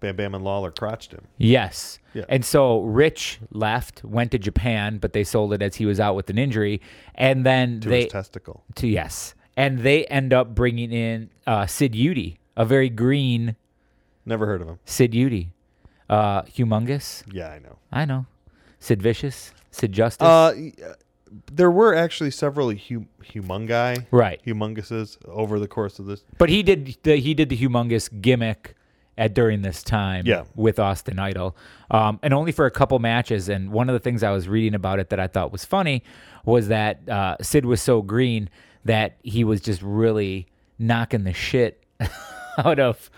Bam Bam and Lawler crotched him.
yes.
Yeah.
And so Rich left, went to Japan, but they sold it as he was out with an injury, and then
To
they
his testicle.
to yes, and they end up bringing in uh, Sid Udy, a very green
Never heard of him.
Sid Udy, uh, humongous.
Yeah, I know.
I know. Sid Vicious, Sid Justice.
Uh, y- uh, there were actually several hum- humungi,
Right.
Humongouses over the course of this.
but he did the he did the humongous gimmick at during this time
Yeah.
with Austin Idol. Um, and only for a couple matches and one of the things I was reading about it that I thought was funny was that uh, Sid was so green that he was just really knocking the shit out of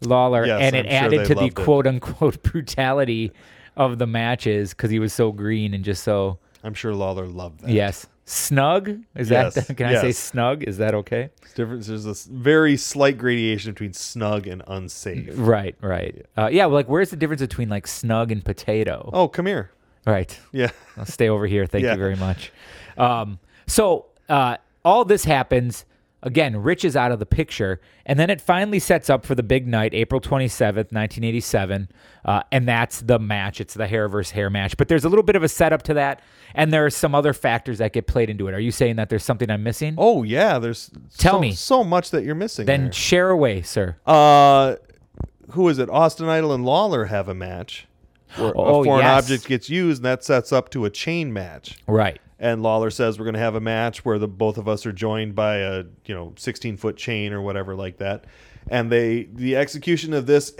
Lawler
Yes,
and
I'm
it
sure
added
they
to the
loved it.
quote unquote brutality of the matches cuz he was so green and just so
I'm sure Lawler loved that.
Yes. Snug? Is
Yes,
that can I say
yes.
snug? Is that okay?
Difference. There's a s- very slight gradation between snug and unsafe.
Right, right. Uh, yeah, well, like where's the difference between like snug and potato?
Oh, come here.
Right.
Yeah.
I'll stay over here. Thank
Yeah.
you very much. Um, so uh, all this happens again. Rich is out of the picture, and then it finally sets up for the big night, April twenty seventh, nineteen eighty seven, uh, and that's the match. It's the hair versus hair match. But there's a little bit of a setup to that, and there are some other factors that get played into it. Are you saying that there's something I'm missing?
Oh, yeah. There's
Tell
so,
me.
so much that you're missing.
then
there.
share away, sir.
uh, who is it? Austin Idol and Lawler have a match. Where
Oh,
a foreign
yes.
object gets used, and that sets up to a chain match.
Right.
and Lawler says we're going to have a match where the both of us are joined by a you know 16 foot chain or whatever like that, and they the execution of this.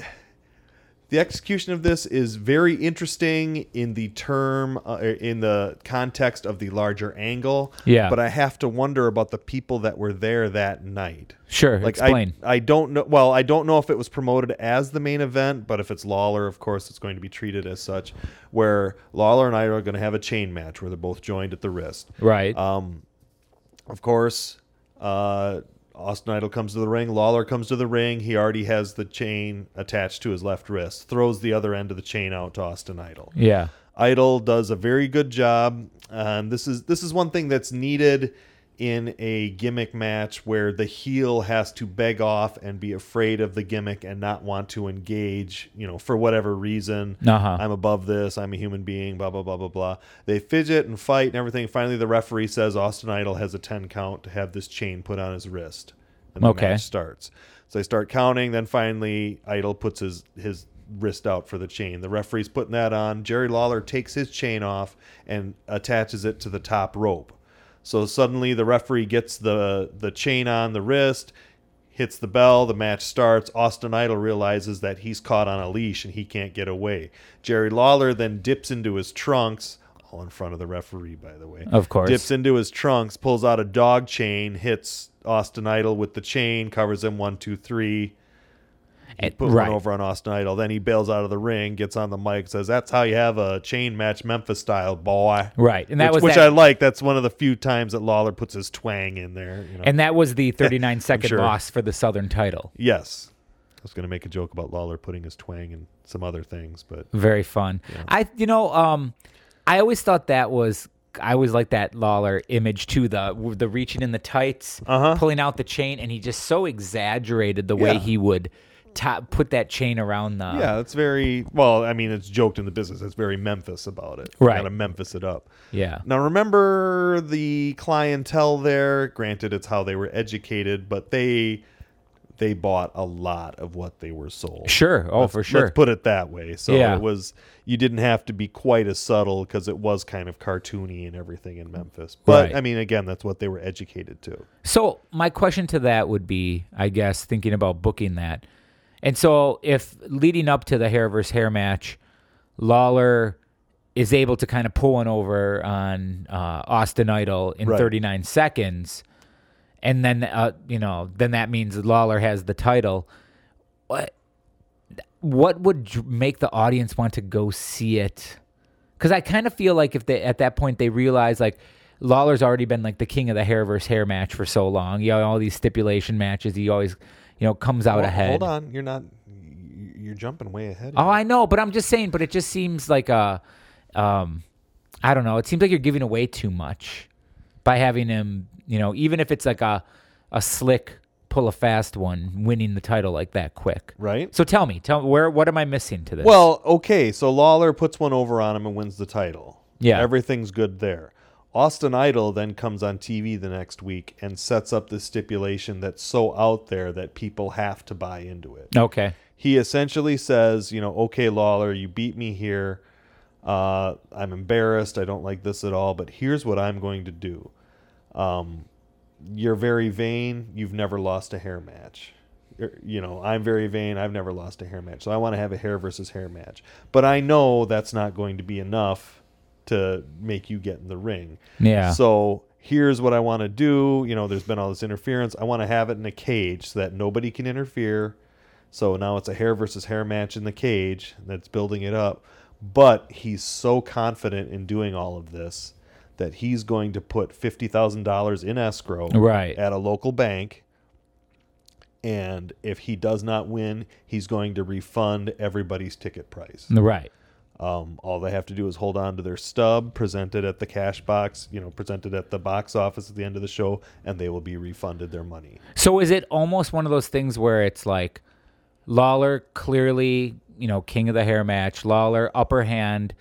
The execution of this is very interesting in the term, uh, in the context of the larger angle.
Yeah.
But I have to wonder about the people that were there that night.
Sure.
Like
explain.
I, I don't know. Well, I don't know if it was promoted as the main event, but if it's Lawler, of course, it's going to be treated as such. Where Lawler and I are going to have a chain match where they're both joined at the wrist.
right.
Um, of course, uh, Austin Idol comes to the ring. Lawler comes to the ring. He already has the chain attached to his left wrist. Throws the other end of the chain out to Austin Idol.
yeah.
Um, Idol does a very good job. And this is this is one thing that's needed in a gimmick match where the heel has to beg off and be afraid of the gimmick and not want to engage, you know, for whatever reason.
Uh-huh.
I'm above this. I'm a human being, blah, blah, blah, blah, blah. They fidget and fight and everything. Finally, the referee says Austin Idol has a 10 count to have this chain put on his wrist. And the
Okay.
match starts. So they start counting. Then finally, Idol puts his, his wrist out for the chain. The referee's putting that on. Jerry Lawler takes his chain off and attaches it to the top rope. So suddenly the referee gets the the chain on the wrist, hits the bell, the match starts. Austin Idol realizes that he's caught on a leash and he can't get away. Jerry Lawler then dips into his trunks, all in front of the referee, by the way.
Of course.
Dips into his trunks, pulls out a dog chain, hits Austin Idol with the chain, covers him one, two, three. He
And-
put
Eh, right.
one over on Austin Idol. Then he bails out of the ring, gets on the mic, says, "That's how you have a chain match, Memphis style, boy."
Right, and that was
which, which
that-
I like. That's one of the few times that Lawler puts his twang in there. You know?
And that was the 39 second
sure.
loss for the Southern title.
yes, I was going to make a joke about Lawler putting his twang in some other things, but
Very fun. I, you know, um, I always thought that was. I always like that Lawler image too. The the reaching in the tights,
Uh-huh.
pulling out the chain, and he just so exaggerated the way
Yeah.
he would top, put that chain around the.
yeah, that's very well. I mean, it's joked in the business. That's very Memphis about it.
Right.
got to Memphis it up.
Yeah.
Now remember the clientele there. Granted, it's how they were educated, but they they bought a lot of what they were sold.
Sure. Oh, for sure.
Let's put it that way. So
Yeah.
it was you didn't have to be quite as subtle because it was kind of cartoony and everything in Memphis. But
Right.
I mean, again, that's what they were educated to.
So my question to that would be, I guess, thinking about booking that. And so if leading up to the hair versus hair match, Lawler is able to kind of pull one over on uh, Austin Idol in
Right.
39 seconds, and then uh, you know, then that means Lawler has the title. What what would dr- make the audience want to go see it? Because I kind of feel like if they at that point they realize like Lawler's already been like the king of the hair versus hair match for so long. You know, all these stipulation matches, he always you know comes out
Well,
ahead.
Hold on, you're not you- you're jumping way ahead.
Oh, I know, but I'm just saying. But it just seems like a, um, I don't know. It seems like you're giving away too much by having him. You know, even if it's like a a slick pull a fast one, winning the title like that quick.
Right.
So tell me, tell where what am I missing to this?
Well, okay, so Lawler puts one over on him and wins the title.
Yeah.
Everything's good there. Austin Idol then comes on TV the next week and sets up this stipulation that's so out there that people have to buy into it.
okay,
he essentially says, you know, okay, Lawler, you beat me here. Uh, I'm embarrassed. I don't like this at all, but here's what I'm going to do. Um, you're very vain. You've never lost a hair match. You're- You know, I'm very vain. I've never lost a hair match. So I want to have a hair versus hair match. But I know that's not going to be enough to make you get in the ring.
Yeah.
So here's what I want to do. You know, there's been all this interference. I want to have it in a cage so that nobody can interfere. So now it's a hair versus hair match in the cage that's building it up. But he's so confident in doing all of this that he's going to put fifty thousand dollars in escrow
Right.
at a local bank. And if he does not win, he's going to refund everybody's ticket price.
right.
Um, all they have to do is hold on to their stub, present it at the cash box, you know, presented at the box office at the end of the show, and they will be refunded their money.
So is it almost one of those things where it's like Lawler clearly, you know, king of the hair match, Lawler upper hand,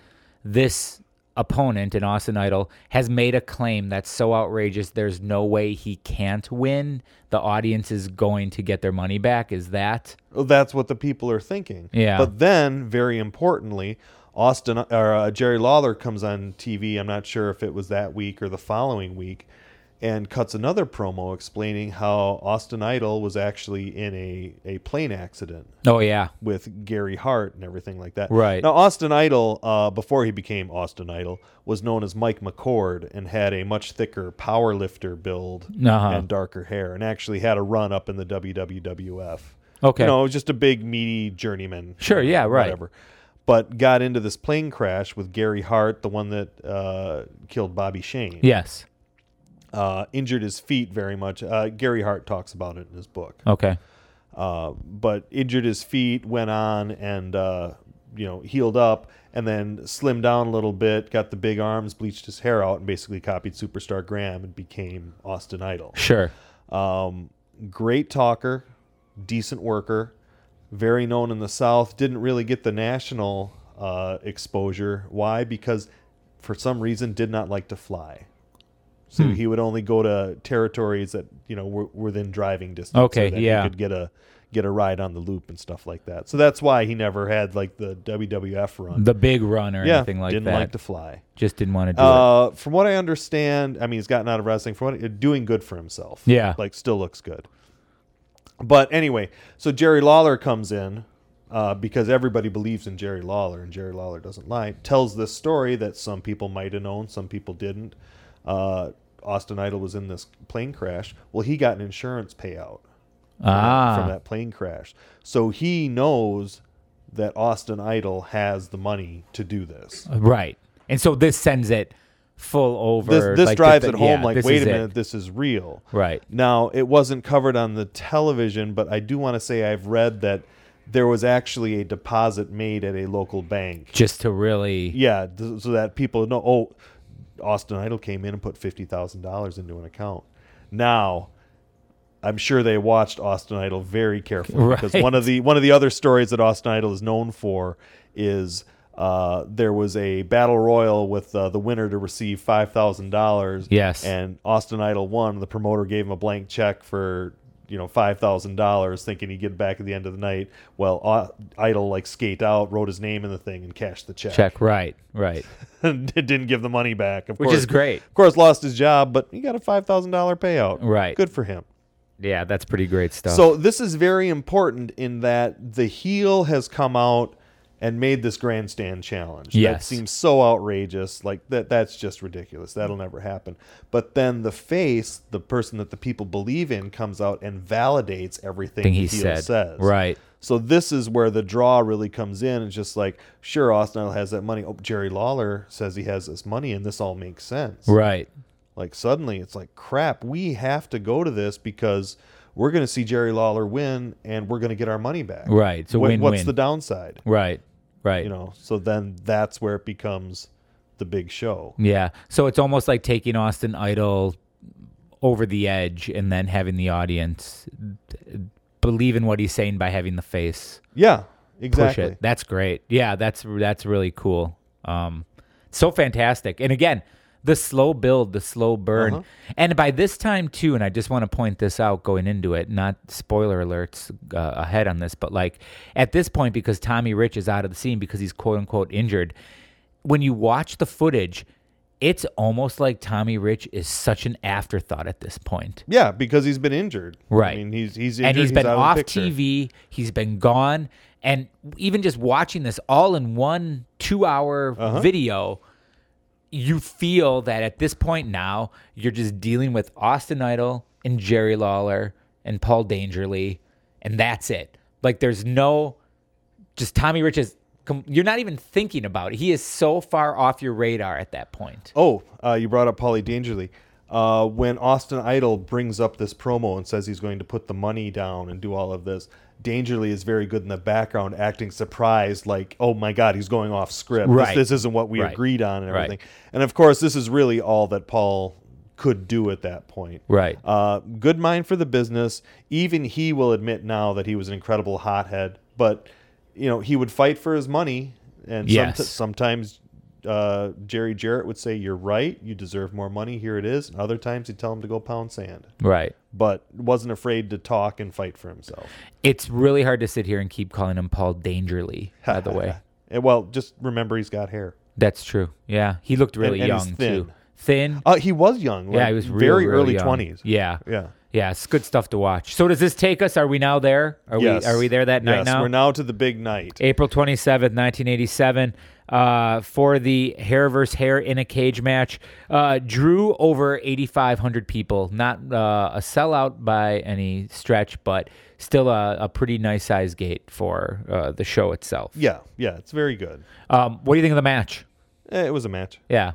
this opponent in Austin Idol has made a claim that's so outrageous there's no way he can't win. The audience is going to get their money back. Is that
Well, that's what the people are thinking.
Yeah.
But then, very importantly, Austin or uh, Jerry Lawler comes on TV. I'm not sure if it was that week or the following week, and cuts another promo explaining how Austin Idol was actually in a a plane accident
Oh yeah.
with Gary Hart and everything like that.
Right.
Now, Austin Idol, uh, before he became Austin Idol, was known as Mike McCord and had a much thicker power lifter build
Uh-huh.
and darker hair and actually had a run up in the WWWF.
Okay.
You know, just a big, meaty journeyman.
Sure, yeah, right.
Whatever. But got into this plane crash with Gary Hart, the one that uh, killed Bobby Shane.
Yes.
Uh, injured his feet very much. Uh, Gary Hart talks about it in his book
Okay.
uh, but injured his feet, went on and uh, you know, healed up and then slimmed down a little bit, got the big arms, bleached his hair out, and basically copied Superstar Graham and became Austin Idol.
Sure.
Um, great talker, decent worker, very known in the South. Didn't really get the national uh, exposure. Why? Because for some reason did not like to fly. So
Hmm.
he would only go to territories that you know were were within driving distance. so
Okay,
that
yeah.
He could get a get a ride on the loop and stuff like that. So that's why he never had like the WWF run.
The big run or
yeah,
anything like
didn't
that.
like to fly.
Just didn't want to do
Uh, from what I understand, I mean, he's gotten out of wrestling. From what, uh, doing good for himself.
Yeah.
like still looks good. But anyway, so Jerry Lawler comes in uh, because everybody believes in Jerry Lawler, and Jerry Lawler doesn't lie. Tells this story that some people might have known, some people didn't. Uh, Austin Idol was in this plane crash. Well, he got an insurance payout
it. Ah.
from that plane crash, so he knows that Austin Idol has the money to do this.
Right. And so this sends it full over.
this, this
like,
drives
the-
it home
yeah,
like
this
wait
is
a
it.
minute this is real
Right.
now it wasn't covered on the television but i do want to say i've read that there was actually a deposit made at a local bank
Just to really.
yeah th- so that people know oh austin idol came in and put $50000 into an account now I'm sure they watched Austin Idol very carefully because
Right.
one of the one of the other stories that Austin Idol is known for is uh, there was a battle royal with uh, the winner to receive five thousand dollars.
Yes.
and Austin Idol won. The promoter gave him a blank check for you know five thousand dollars, thinking he'd get it back at the end of the night. Well, uh, Idol like skate out, wrote his name in the thing, and cashed the check.
Check. Right. Right.
didn't give the money back. Of
Which
course,
is great.
Of course, lost his job, but he got a five thousand dollar payout.
Right.
good for him.
Yeah. That's pretty great stuff.
So this is very important in that the heel has come out and made this grandstand challenge. That
Yes.
seems so outrageous. Like that that's just ridiculous. That'll never happen. But then the face, the person that the people believe in, comes out and validates everything
Thing
the
he
heel
said.
says.
Right.
So this is where the draw really comes in. It's just like, sure, Austin Idol has that money. Oh, Jerry Lawler says he has this money, and this all makes sense
Right.
like suddenly it's like crap we have to go to this because we're going to see jerry lawler win and we're going to get our money back
Right. So
What-
win-win.
what's the downside
Right. Right.
you know so then that's where it becomes the big show
Yeah. So it's almost like taking Austin Idol over the edge and then having the audience d- believe in what he's saying by having the face
yeah
push
exactly
it. That's great. Yeah, that's that's really cool. Um so fantastic. And again, the slow build, the slow burn. And by this time too, and I just want to point this out going into it, not spoiler alerts uh, ahead on this, but like at this point because Tommy Rich is out of the scene because he's quote unquote injured, when you watch the footage, it's almost like Tommy Rich is such an afterthought at this point.
yeah because he's been injured
Right.
i mean he's he's injured
And he's been
out of the
off
picture.
TV. He's been gone. And even just watching this all in one two hour
Uh-huh.
video, you feel that at this point now, you're just dealing with Austin Idol and Jerry Lawler and Paul Dangerly, and that's it. Like, there's no, just Tommy Rich is, com- you're not even thinking about it. He is so far off your radar at that point.
oh uh, you brought up polly dangerly uh, when austin idol brings up this promo and says he's going to put the money down and do all of this dangerly is very good in the background acting surprised like oh my god he's going off script This-
Right.
this, isn't what we
Right.
agreed on and
Right.
everything and of course this is really all that paul could do at that point
Right.
uh, good mind for the business. Even he will admit now that he was an incredible hothead, but you know he would fight for his money. And somet-
Yes.
sometimes uh, Jerry Jarrett would say, "You're right. You deserve more money. Here it is." And other times he'd tell him to go pound sand,
Right.
but wasn't afraid to talk and fight for himself.
It's really hard to sit here and keep calling him Paul Dangerly, by the way.
And, well, just remember he's got hair.
That's true. Yeah, he looked really
and he's
young
thin.
too. Thin.
Uh, he was young.
yeah,
like,
he was real,
very
real
early
young.
twenties.
Yeah.
Yeah.
Yeah, it's good stuff to watch. So does this take us? Are we now there? Are
yes.
we are we there that night
Yes,
now?
We're now to the big night.
April 27th, 1987, uh, for the hair versus hair in a cage match. Uh, drew over 8,500 people. Not uh, a sellout by any stretch, but still a, a pretty nice size gate for uh, the show itself.
Yeah, yeah, it's very good.
Um, what do you think of the match?
Eh, it was a match.
Yeah.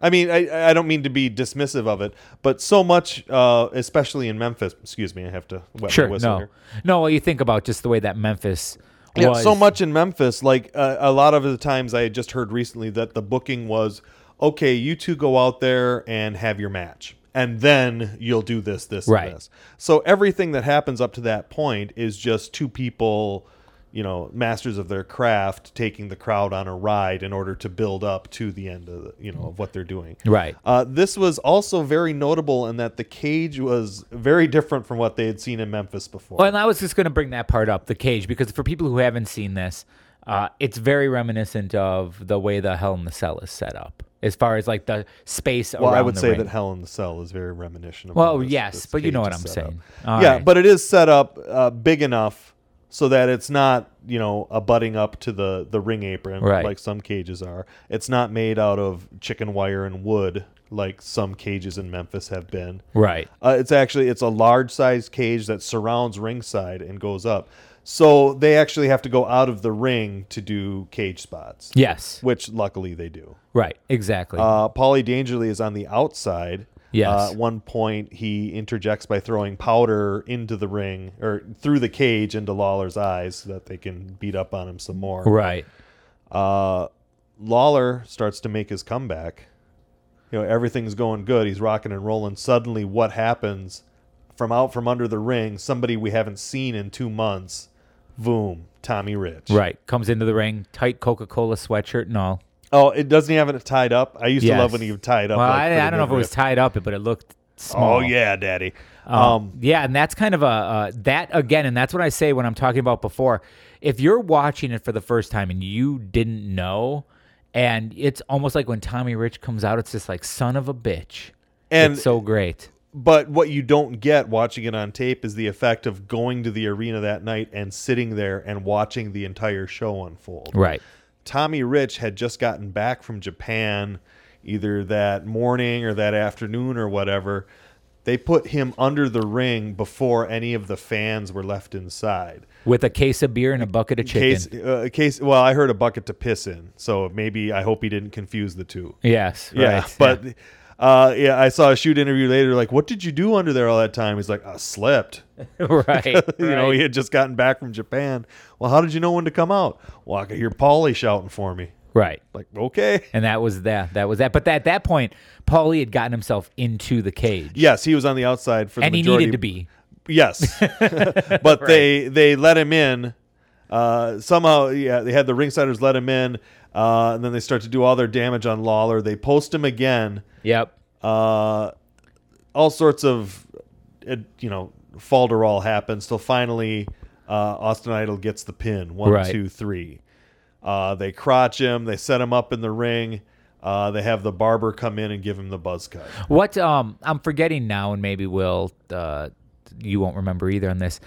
I mean, I, I don't mean to be dismissive of it, but so much, uh, especially in Memphis. Excuse me, I have to wet my
Sure.
whistle
No.
here.
No. Well, you think about just the way that Memphis
Yeah,
was
so much in Memphis. Like uh, a lot of the times, I had just heard recently that the booking was, okay, you two go out there and have your match, and then you'll do this, this,
Right.
and this. So everything that happens up to that point is just two people, you know, masters of their craft, taking the crowd on a ride in order to build up to the end of the, you know of what they're doing.
Right.
Uh, this was also very notable in that the cage was very different from what they had seen in Memphis before.
Well, and I was just going to bring that part up, the cage, because for people who haven't seen this, uh, it's very reminiscent of the way the Hell in the Cell is set up, as far as like the space
Well,
around
I would
the
say
ring.
that Hell in the Cell is very reminiscent of.
Well,
how this-
yes,
this
but you know
cage
what
is
I'm
set up.
saying. All
yeah,
right.
but it is set up uh, big enough so that it's not you know a butting up to the the ring apron
Right.
like some cages are. It's not made out of chicken wire and wood like some cages in Memphis have been.
right.
Uh, it's actually it's a large sized cage that surrounds ringside and goes up. So they actually have to go out of the ring to do cage spots,
Yes.
which luckily they do.
Right. Exactly.
Uh, Paulie Dangerly is on the outside.
Yes.
Uh, at one point, he interjects by throwing powder into the ring or through the cage into Lawler's eyes so that they can beat up on him some more.
right.
Uh, Lawler starts to make his comeback. You know, everything's going good. He's rocking and rolling. Suddenly, what happens from out from under the ring? Somebody we haven't seen in two months. Boom. Tommy Rich.
Right. Comes into the ring, tight Coca Cola sweatshirt and all.
Oh, it doesn't he have it tied up? I used to
Yes.
love when he would tie it up.
Well,
like,
I,
for the
I don't know
big
if it was
rip.
tied up, but it looked small.
Oh yeah, daddy.
Um,
Um,
yeah, and that's kind of a uh, that again, and that's what I say when I'm talking about before. If you're watching it for the first time and you didn't know, and it's almost like when Tommy Rich comes out, it's just like son of a bitch.
And-
it's so great.
but what you don't get watching it on tape is the effect of going to the arena that night and sitting there and watching the entire show unfold.
Right.
Tommy Rich had just gotten back from Japan either that morning or that afternoon or whatever. They put him under the ring before any of the fans were left inside.
With a case of beer and a bucket of chicken.
Case, uh, case. Well, I heard a bucket to piss in, so maybe I hope he didn't confuse the two.
yes.
Yeah,
right.
but Uh, yeah, I saw a shoot interview later. Like, what did you do under there all that time? He's like, I slept.
right.
you know, he had just gotten back from Japan. Well, how did you know when to come out? Well, I could hear Paulie shouting for me.
right.
Like, okay.
And that was that. That was that. But at that point, Paulie had gotten himself into the cage,
Yes, he was on the outside for the
and he
majority.
needed to be.
Yes, but they they let him in. Uh, somehow, yeah, they had the ringsiders let him in, uh, and then they start to do all their damage on Lawler. They post him again.
Yep.
uh, all sorts of, uh, you know, falderall happens. Till finally, uh, Austin Idol gets the pin. One, two, three.
Right.
Uh, they crotch him. They set him up in the ring. Uh, they have the barber come in and give him the buzz cut.
What um I'm forgetting now, and maybe will uh, you won't remember either on this.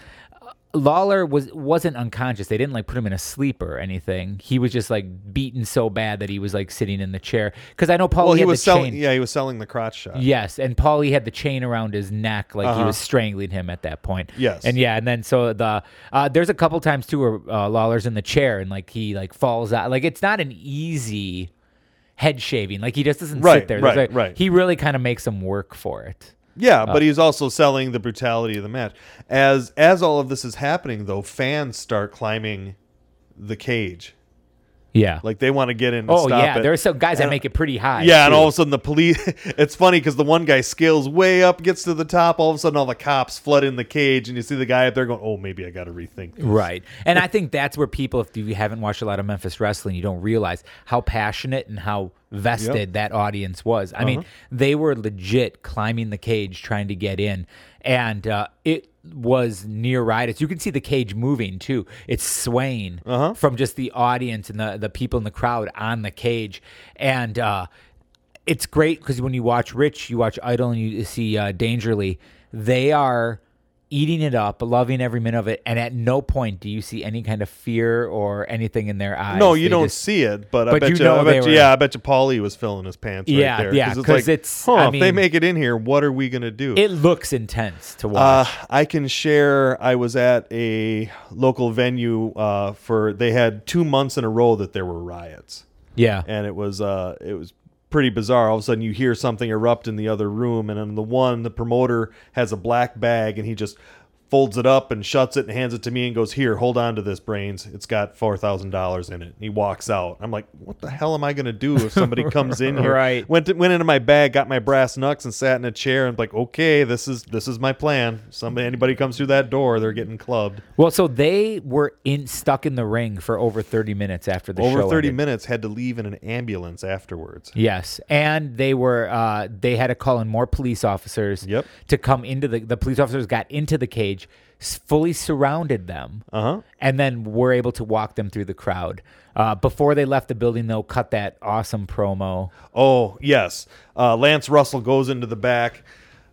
Lawler was wasn't unconscious. They didn't like put him in a sleep or anything. He was just like beaten so bad that he was like sitting in the chair. Because I know Paulie
Well,
Oh, had
he was
the
selling.
chain.
Yeah, he was selling the crotch shot.
Yes, and Paulie had the chain around his neck, like he was strangling him at that point.
Uh-huh. Yes.
and yeah, and then so the uh, there's a couple times too where uh, Lawler's in the chair and like he like falls out. Like it's not an easy head shaving. Like he just doesn't sit
Right,
there.
right,
Like,
right.
He really kind of makes him work for it.
Yeah,
Uh,
but he's also selling the brutality of the match. As as all of this is happening, though, fans start climbing the cage.
Yeah.
Like they want to get in. and
oh
stop
yeah,
it.
there are some guys that
And-
make it pretty high.
Yeah, and
too.
all of a sudden the police. It's funny because the one guy scales way up, gets to the top. All of a sudden, all the cops flood in the cage, and you see the guy up there going, "Oh, maybe I got to rethink." This.
Right. And I think that's where people, if you haven't watched a lot of Memphis wrestling, you don't realize how passionate and how vested that audience was. I mean, they were legit climbing the cage trying to get in. And uh, it was near riotous. You can see the cage moving too. It's swaying from just the audience and the, the people in the crowd on the cage. And, uh, it's great because when you watch Rich, you watch Idol, and you see uh, Dangerly, they are eating it up, loving every minute of it, and at no point do you see any kind of fear or anything in their eyes.
No, you
They
don't
just-
see it, but, I
but
bet
you
you,
know
I
they
bet you
were-
yeah, I bet you Paulie was filling his pants
Yeah,
right there.
yeah, 'cause
it's like,
it's-
huh,
I
if they
mean-
make it in here, what are we gonna do?
It looks intense to
Uh,
watch.
I can share. I was at a local venue uh, for they had two months in a row that there were riots.
yeah,
and it was uh it was pretty bizarre all of a sudden you hear something erupt in the other room and in the one the promoter has a black bag and he just folds it up and shuts it and hands it to me and goes, Here, hold on to this, brains. It's got $4,000 in it. And he walks out. I'm like, What the hell am I going to do if somebody comes in here?
Right.
Went, to, went into my bag, got my brass knucks, and sat in a chair and, like, okay, this is this is my plan. Somebody, anybody comes through that door, they're getting clubbed.
Well, so they were in stuck in the ring for over 30 minutes after the show.
Over 30
ended.
minutes, had to leave in an ambulance afterwards.
Yes, and they were uh, they had to call in more police officers.
Yep.
To come into the the police officers got into the cage, s- fully surrounded them,
Uh-huh.
and then were able to walk them through the crowd. Uh, before they left the building, though, cut that awesome promo.
Oh yes, uh, Lance Russell goes into the back.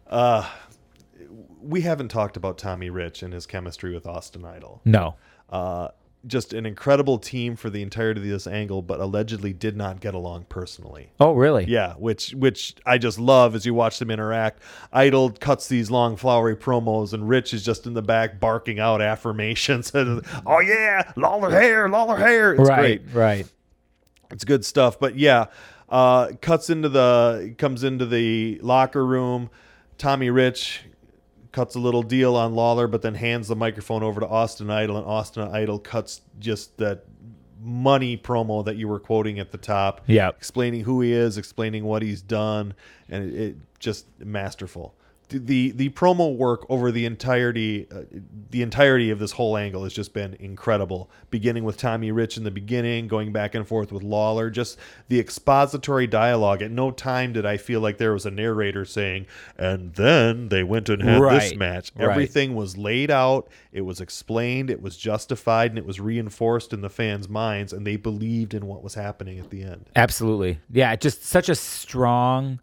Uh, we haven't talked about Tommy Rich and his chemistry with Austin Idol.
No.
Uh, just an incredible team for the entirety of this angle, but allegedly did not get along personally.
Oh, really?
Yeah, which which I just love as you watch them interact. Idol cuts these long flowery promos, and Rich is just in the back barking out affirmations. oh yeah, Lawler hair, Lawler hair. It's
right.
great
Right.
it's good stuff. But yeah, uh, cuts into the comes into the locker room. Tommy Rich cuts a little deal on Lawler, but then hands the microphone over to Austin Idol, and Austin Idol cuts just that money promo that you were quoting at the top.
Yep.
explaining who he is, explaining what he's done, and it, it just masterful. The- The the promo work over the entirety uh, the entirety of this whole angle has just been incredible. Beginning with Tommy Rich in the beginning, going back and forth with Lawler, just the expository dialogue. At no time did I feel like there was a narrator saying, "And then they went and had this
Right.
match."
Right.
Everything was laid out, it was explained, it was justified, and it was reinforced in the fans' minds, and they believed in what was happening at the end.
Absolutely. Yeah, just such a strong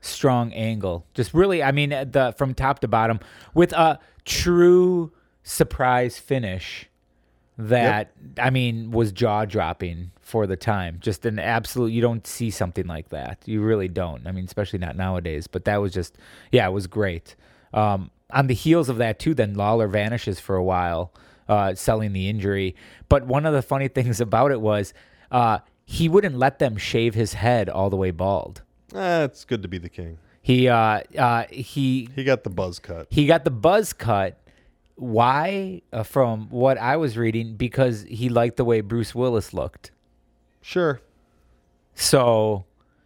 strong angle. Just really, I mean the from top to bottom with a true surprise finish that I mean was jaw dropping for the time. Just an absolute you don't see something like that. You really don't. I mean, especially not nowadays, but that was just yeah, it was great. Um on the heels of that too, then Lawler vanishes for a while, uh selling the injury. But one of the funny things about it was uh he wouldn't let them shave his head all the way bald.
Eh, it's good to be the king.
He uh, uh, he
He got the buzz cut.
he got the buzz cut. Why? Uh, from what I was reading, because he liked the way Bruce Willis looked.
Sure.
So,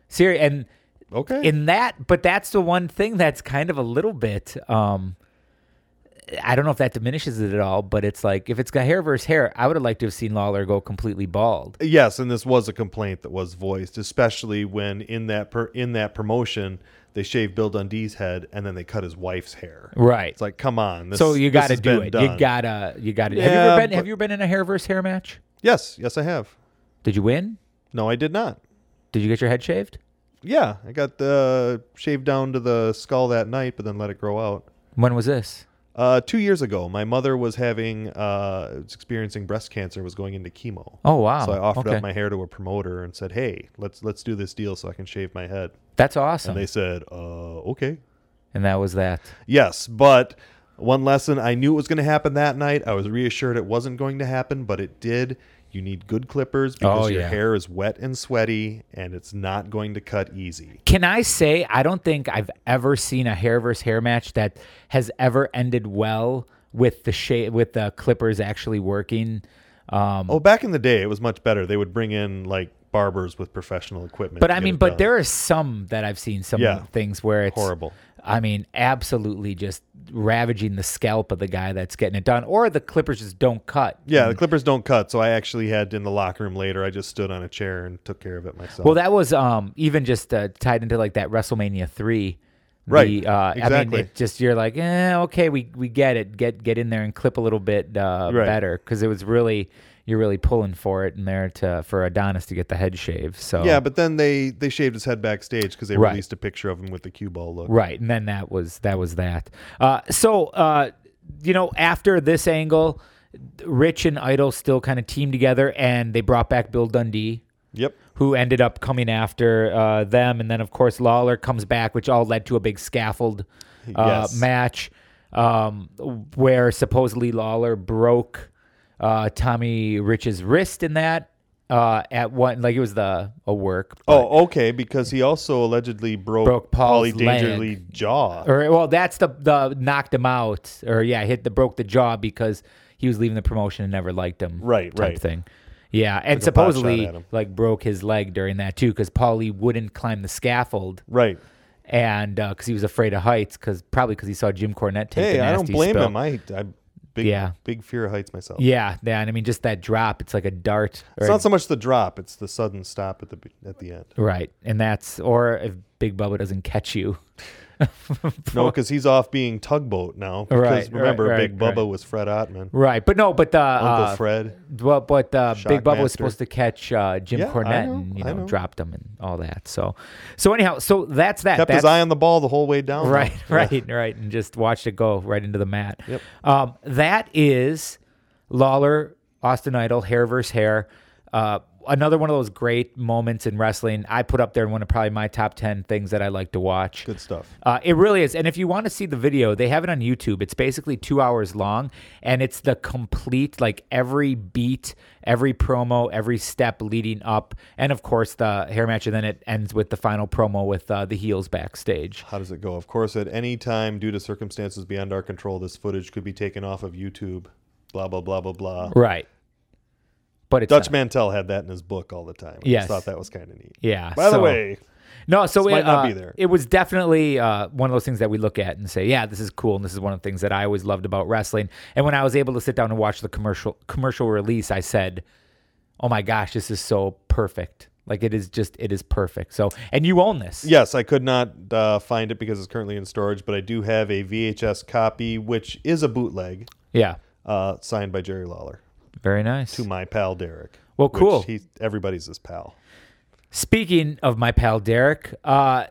serious and
Okay.
in that, but that's the one thing that's kind of a little bit. Um, I don't know if that diminishes it at all, but it's like if it's got hair versus hair, I would have liked to have seen Lawler go completely bald.
yes, and this was a complaint that was voiced, especially when in that per, in that promotion they shaved Bill Dundee's head and then they cut his wife's hair.
Right.
It's like, come on. This,
so you got
got to
to do it. You gotta. You gotta. have you
Yeah,
ever been?
but-
have you ever been in a hair versus hair match?
Yes, yes, I have.
Did you win?
No, I did not.
Did you get your head shaved?
Yeah, I got the shaved down to the skull that night, but then let it grow out.
When was this?
Uh, two years ago, my mother was having uh, was experiencing breast cancer, was going into chemo.
Oh wow!
So I offered
Okay.
up my hair to a promoter and said, "Hey, let's let's do this deal so I can shave my head."
That's awesome.
And they said, "Uh, okay."
and that was that.
Yes, but one lesson I knew it was going to happen that night. I was reassured it wasn't going to happen, but it did. You need good clippers because
Oh,
your
yeah.
hair is wet and sweaty and it's not going to cut easy.
Can I say I don't think I've ever seen a hair versus hair match that has ever ended well with the sha- with the clippers actually working. Um,
Oh, back in the day, it was much better. They would bring in like barbers with professional equipment.
but
to
I
get
mean,
it
but
done.
there are some that I've seen some
Yeah.
things where it's
Horrible.
I mean, absolutely just ravaging the scalp of the guy that's getting it done, or the clippers just don't cut.
Yeah, the clippers don't cut, so I actually had in the locker room later. I just stood on a chair and took care of it myself.
Well, that was um, even just uh, tied into like that WrestleMania three.
Right.
The, uh, I mean,
Exactly.
it just you're like, eh, okay, we we get it. Get get in there and clip a little bit uh,
Right.
better because it was really you're really pulling for it in there to for Adonis to get the head shave. So
yeah, but then they they shaved his head backstage because they
Oh. Right.
released a picture of him with the cue ball look.
Right, and then that was that was that. Uh, so uh, you know, after this angle, Rich and Idol still kind of teamed together, and they brought back Bill Dundee,
Yep.
who ended up coming after uh, them, and then of course Lawler comes back, which all led to a big scaffold uh,
Yes.
match um, where supposedly Lawler broke uh, Tommy Rich's wrist in that. uh, at one like it was the a work. but-
Oh, okay. Because he also allegedly broke,
Broke Paul's
Paulie dangerously jaw.
or well, that's the the knocked him out, or yeah, hit the broke the jaw because he was leaving the promotion and never liked him,
Right,
Type
right.
thing. Yeah, and
a pot shot at
supposedly
him.
like broke his leg during that too, because Paulie wouldn't climb the scaffold,
right.
and because he was afraid of heights, because probably because he saw Jim Cornette take.
Hey,
the
I
nasty
don't blame
spill.
him. I, I big,
Yeah.
big fear of heights myself.
Yeah, yeah, and I mean just that drop, it's like a dart. or
It's
a
not so much the drop; it's the sudden stop at the be- at the end.
Right, and that's or if Big Bubba doesn't catch you,
No, because he's off being tugboat now. Because
Right, right,
remember,
right,
Big Bubba
right.
was Fred Ottman,
right? But no, but the
Uncle
uh,
Fred.
well, but uh, Big Bubba
Shockmaster.
was supposed to catch uh, Jim
Yeah, I
Cornette
know,
and you
I
know,
know.
dropped him and all that. So, so anyhow, so that's that.
Kept
that's,
his eye on the ball the whole way down. though.
right,
Yeah.
right, right, and just watched it go right into the mat. Yep. Um, that is Lawler, Austin Idol, hair versus hair. Uh, another one of those great moments in wrestling. I put up there in one of probably my top ten things that I like to watch.
Good stuff.
Uh, it really is. And if you want to see the video, they have it on YouTube. It's basically two hours long, and it's the complete, like every beat, every promo, every step leading up, and of course the hair match. And then it ends with the final promo with uh, the heels backstage.
How does it go? Of course, at any time, due to circumstances beyond our control, this footage could be taken off of YouTube. Blah blah blah blah blah.
Right. But it's
Dutch
not-
Mantel had that in his book all the time. I
Yes.
just thought that was kind of neat.
Yeah.
By the
so-
way,
No, so
This
it,
might not
uh,
be there.
it was definitely uh, one of those things that we look at and say, "Yeah, this is cool," and this is one of the things that I always loved about wrestling. And when I was able to sit down and watch the commercial commercial release, I said, "Oh my gosh, this is so perfect! Like it is just, it is perfect." So, and you own this,
yes, I could not uh, find it because it's currently in storage, but I do have a VHS copy, which is a bootleg,
yeah,
uh, signed by Jerry Lawler
very nice.
to my pal Derek.
Well,
which
cool.
He, everybody's his pal.
Speaking of my pal Derek, uh,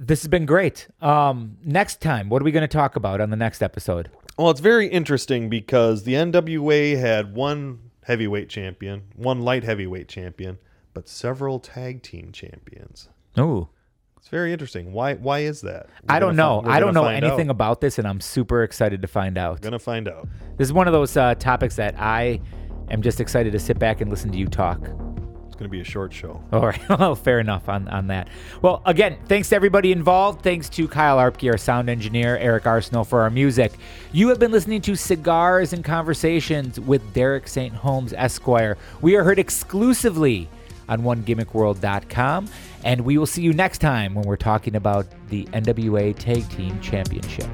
this has been great. Um, next time, what are we going to talk about on the next episode?
Well, it's very interesting because the NWA had one heavyweight champion, one light heavyweight champion, but several tag team champions.
Ooh.
It's very interesting. Why? Why is that?
I don't know. I don't know anything
About-
about this, and I'm super excited to find out.
gonna find out.
This is one of those uh, topics that I am just excited to sit back and listen to you talk.
It's gonna be a short show.
All right. Well, fair enough on, on that. Well, again, thanks to everybody involved. Thanks to Kyle Arpke, our sound engineer, Eric Arsenal for our music. You have been listening to Cigars and Conversations with Derek St. Holmes Esquire. We are heard exclusively on onegimmickworld.com. And we will see you next time when we're talking about the NWA Tag Team Championship.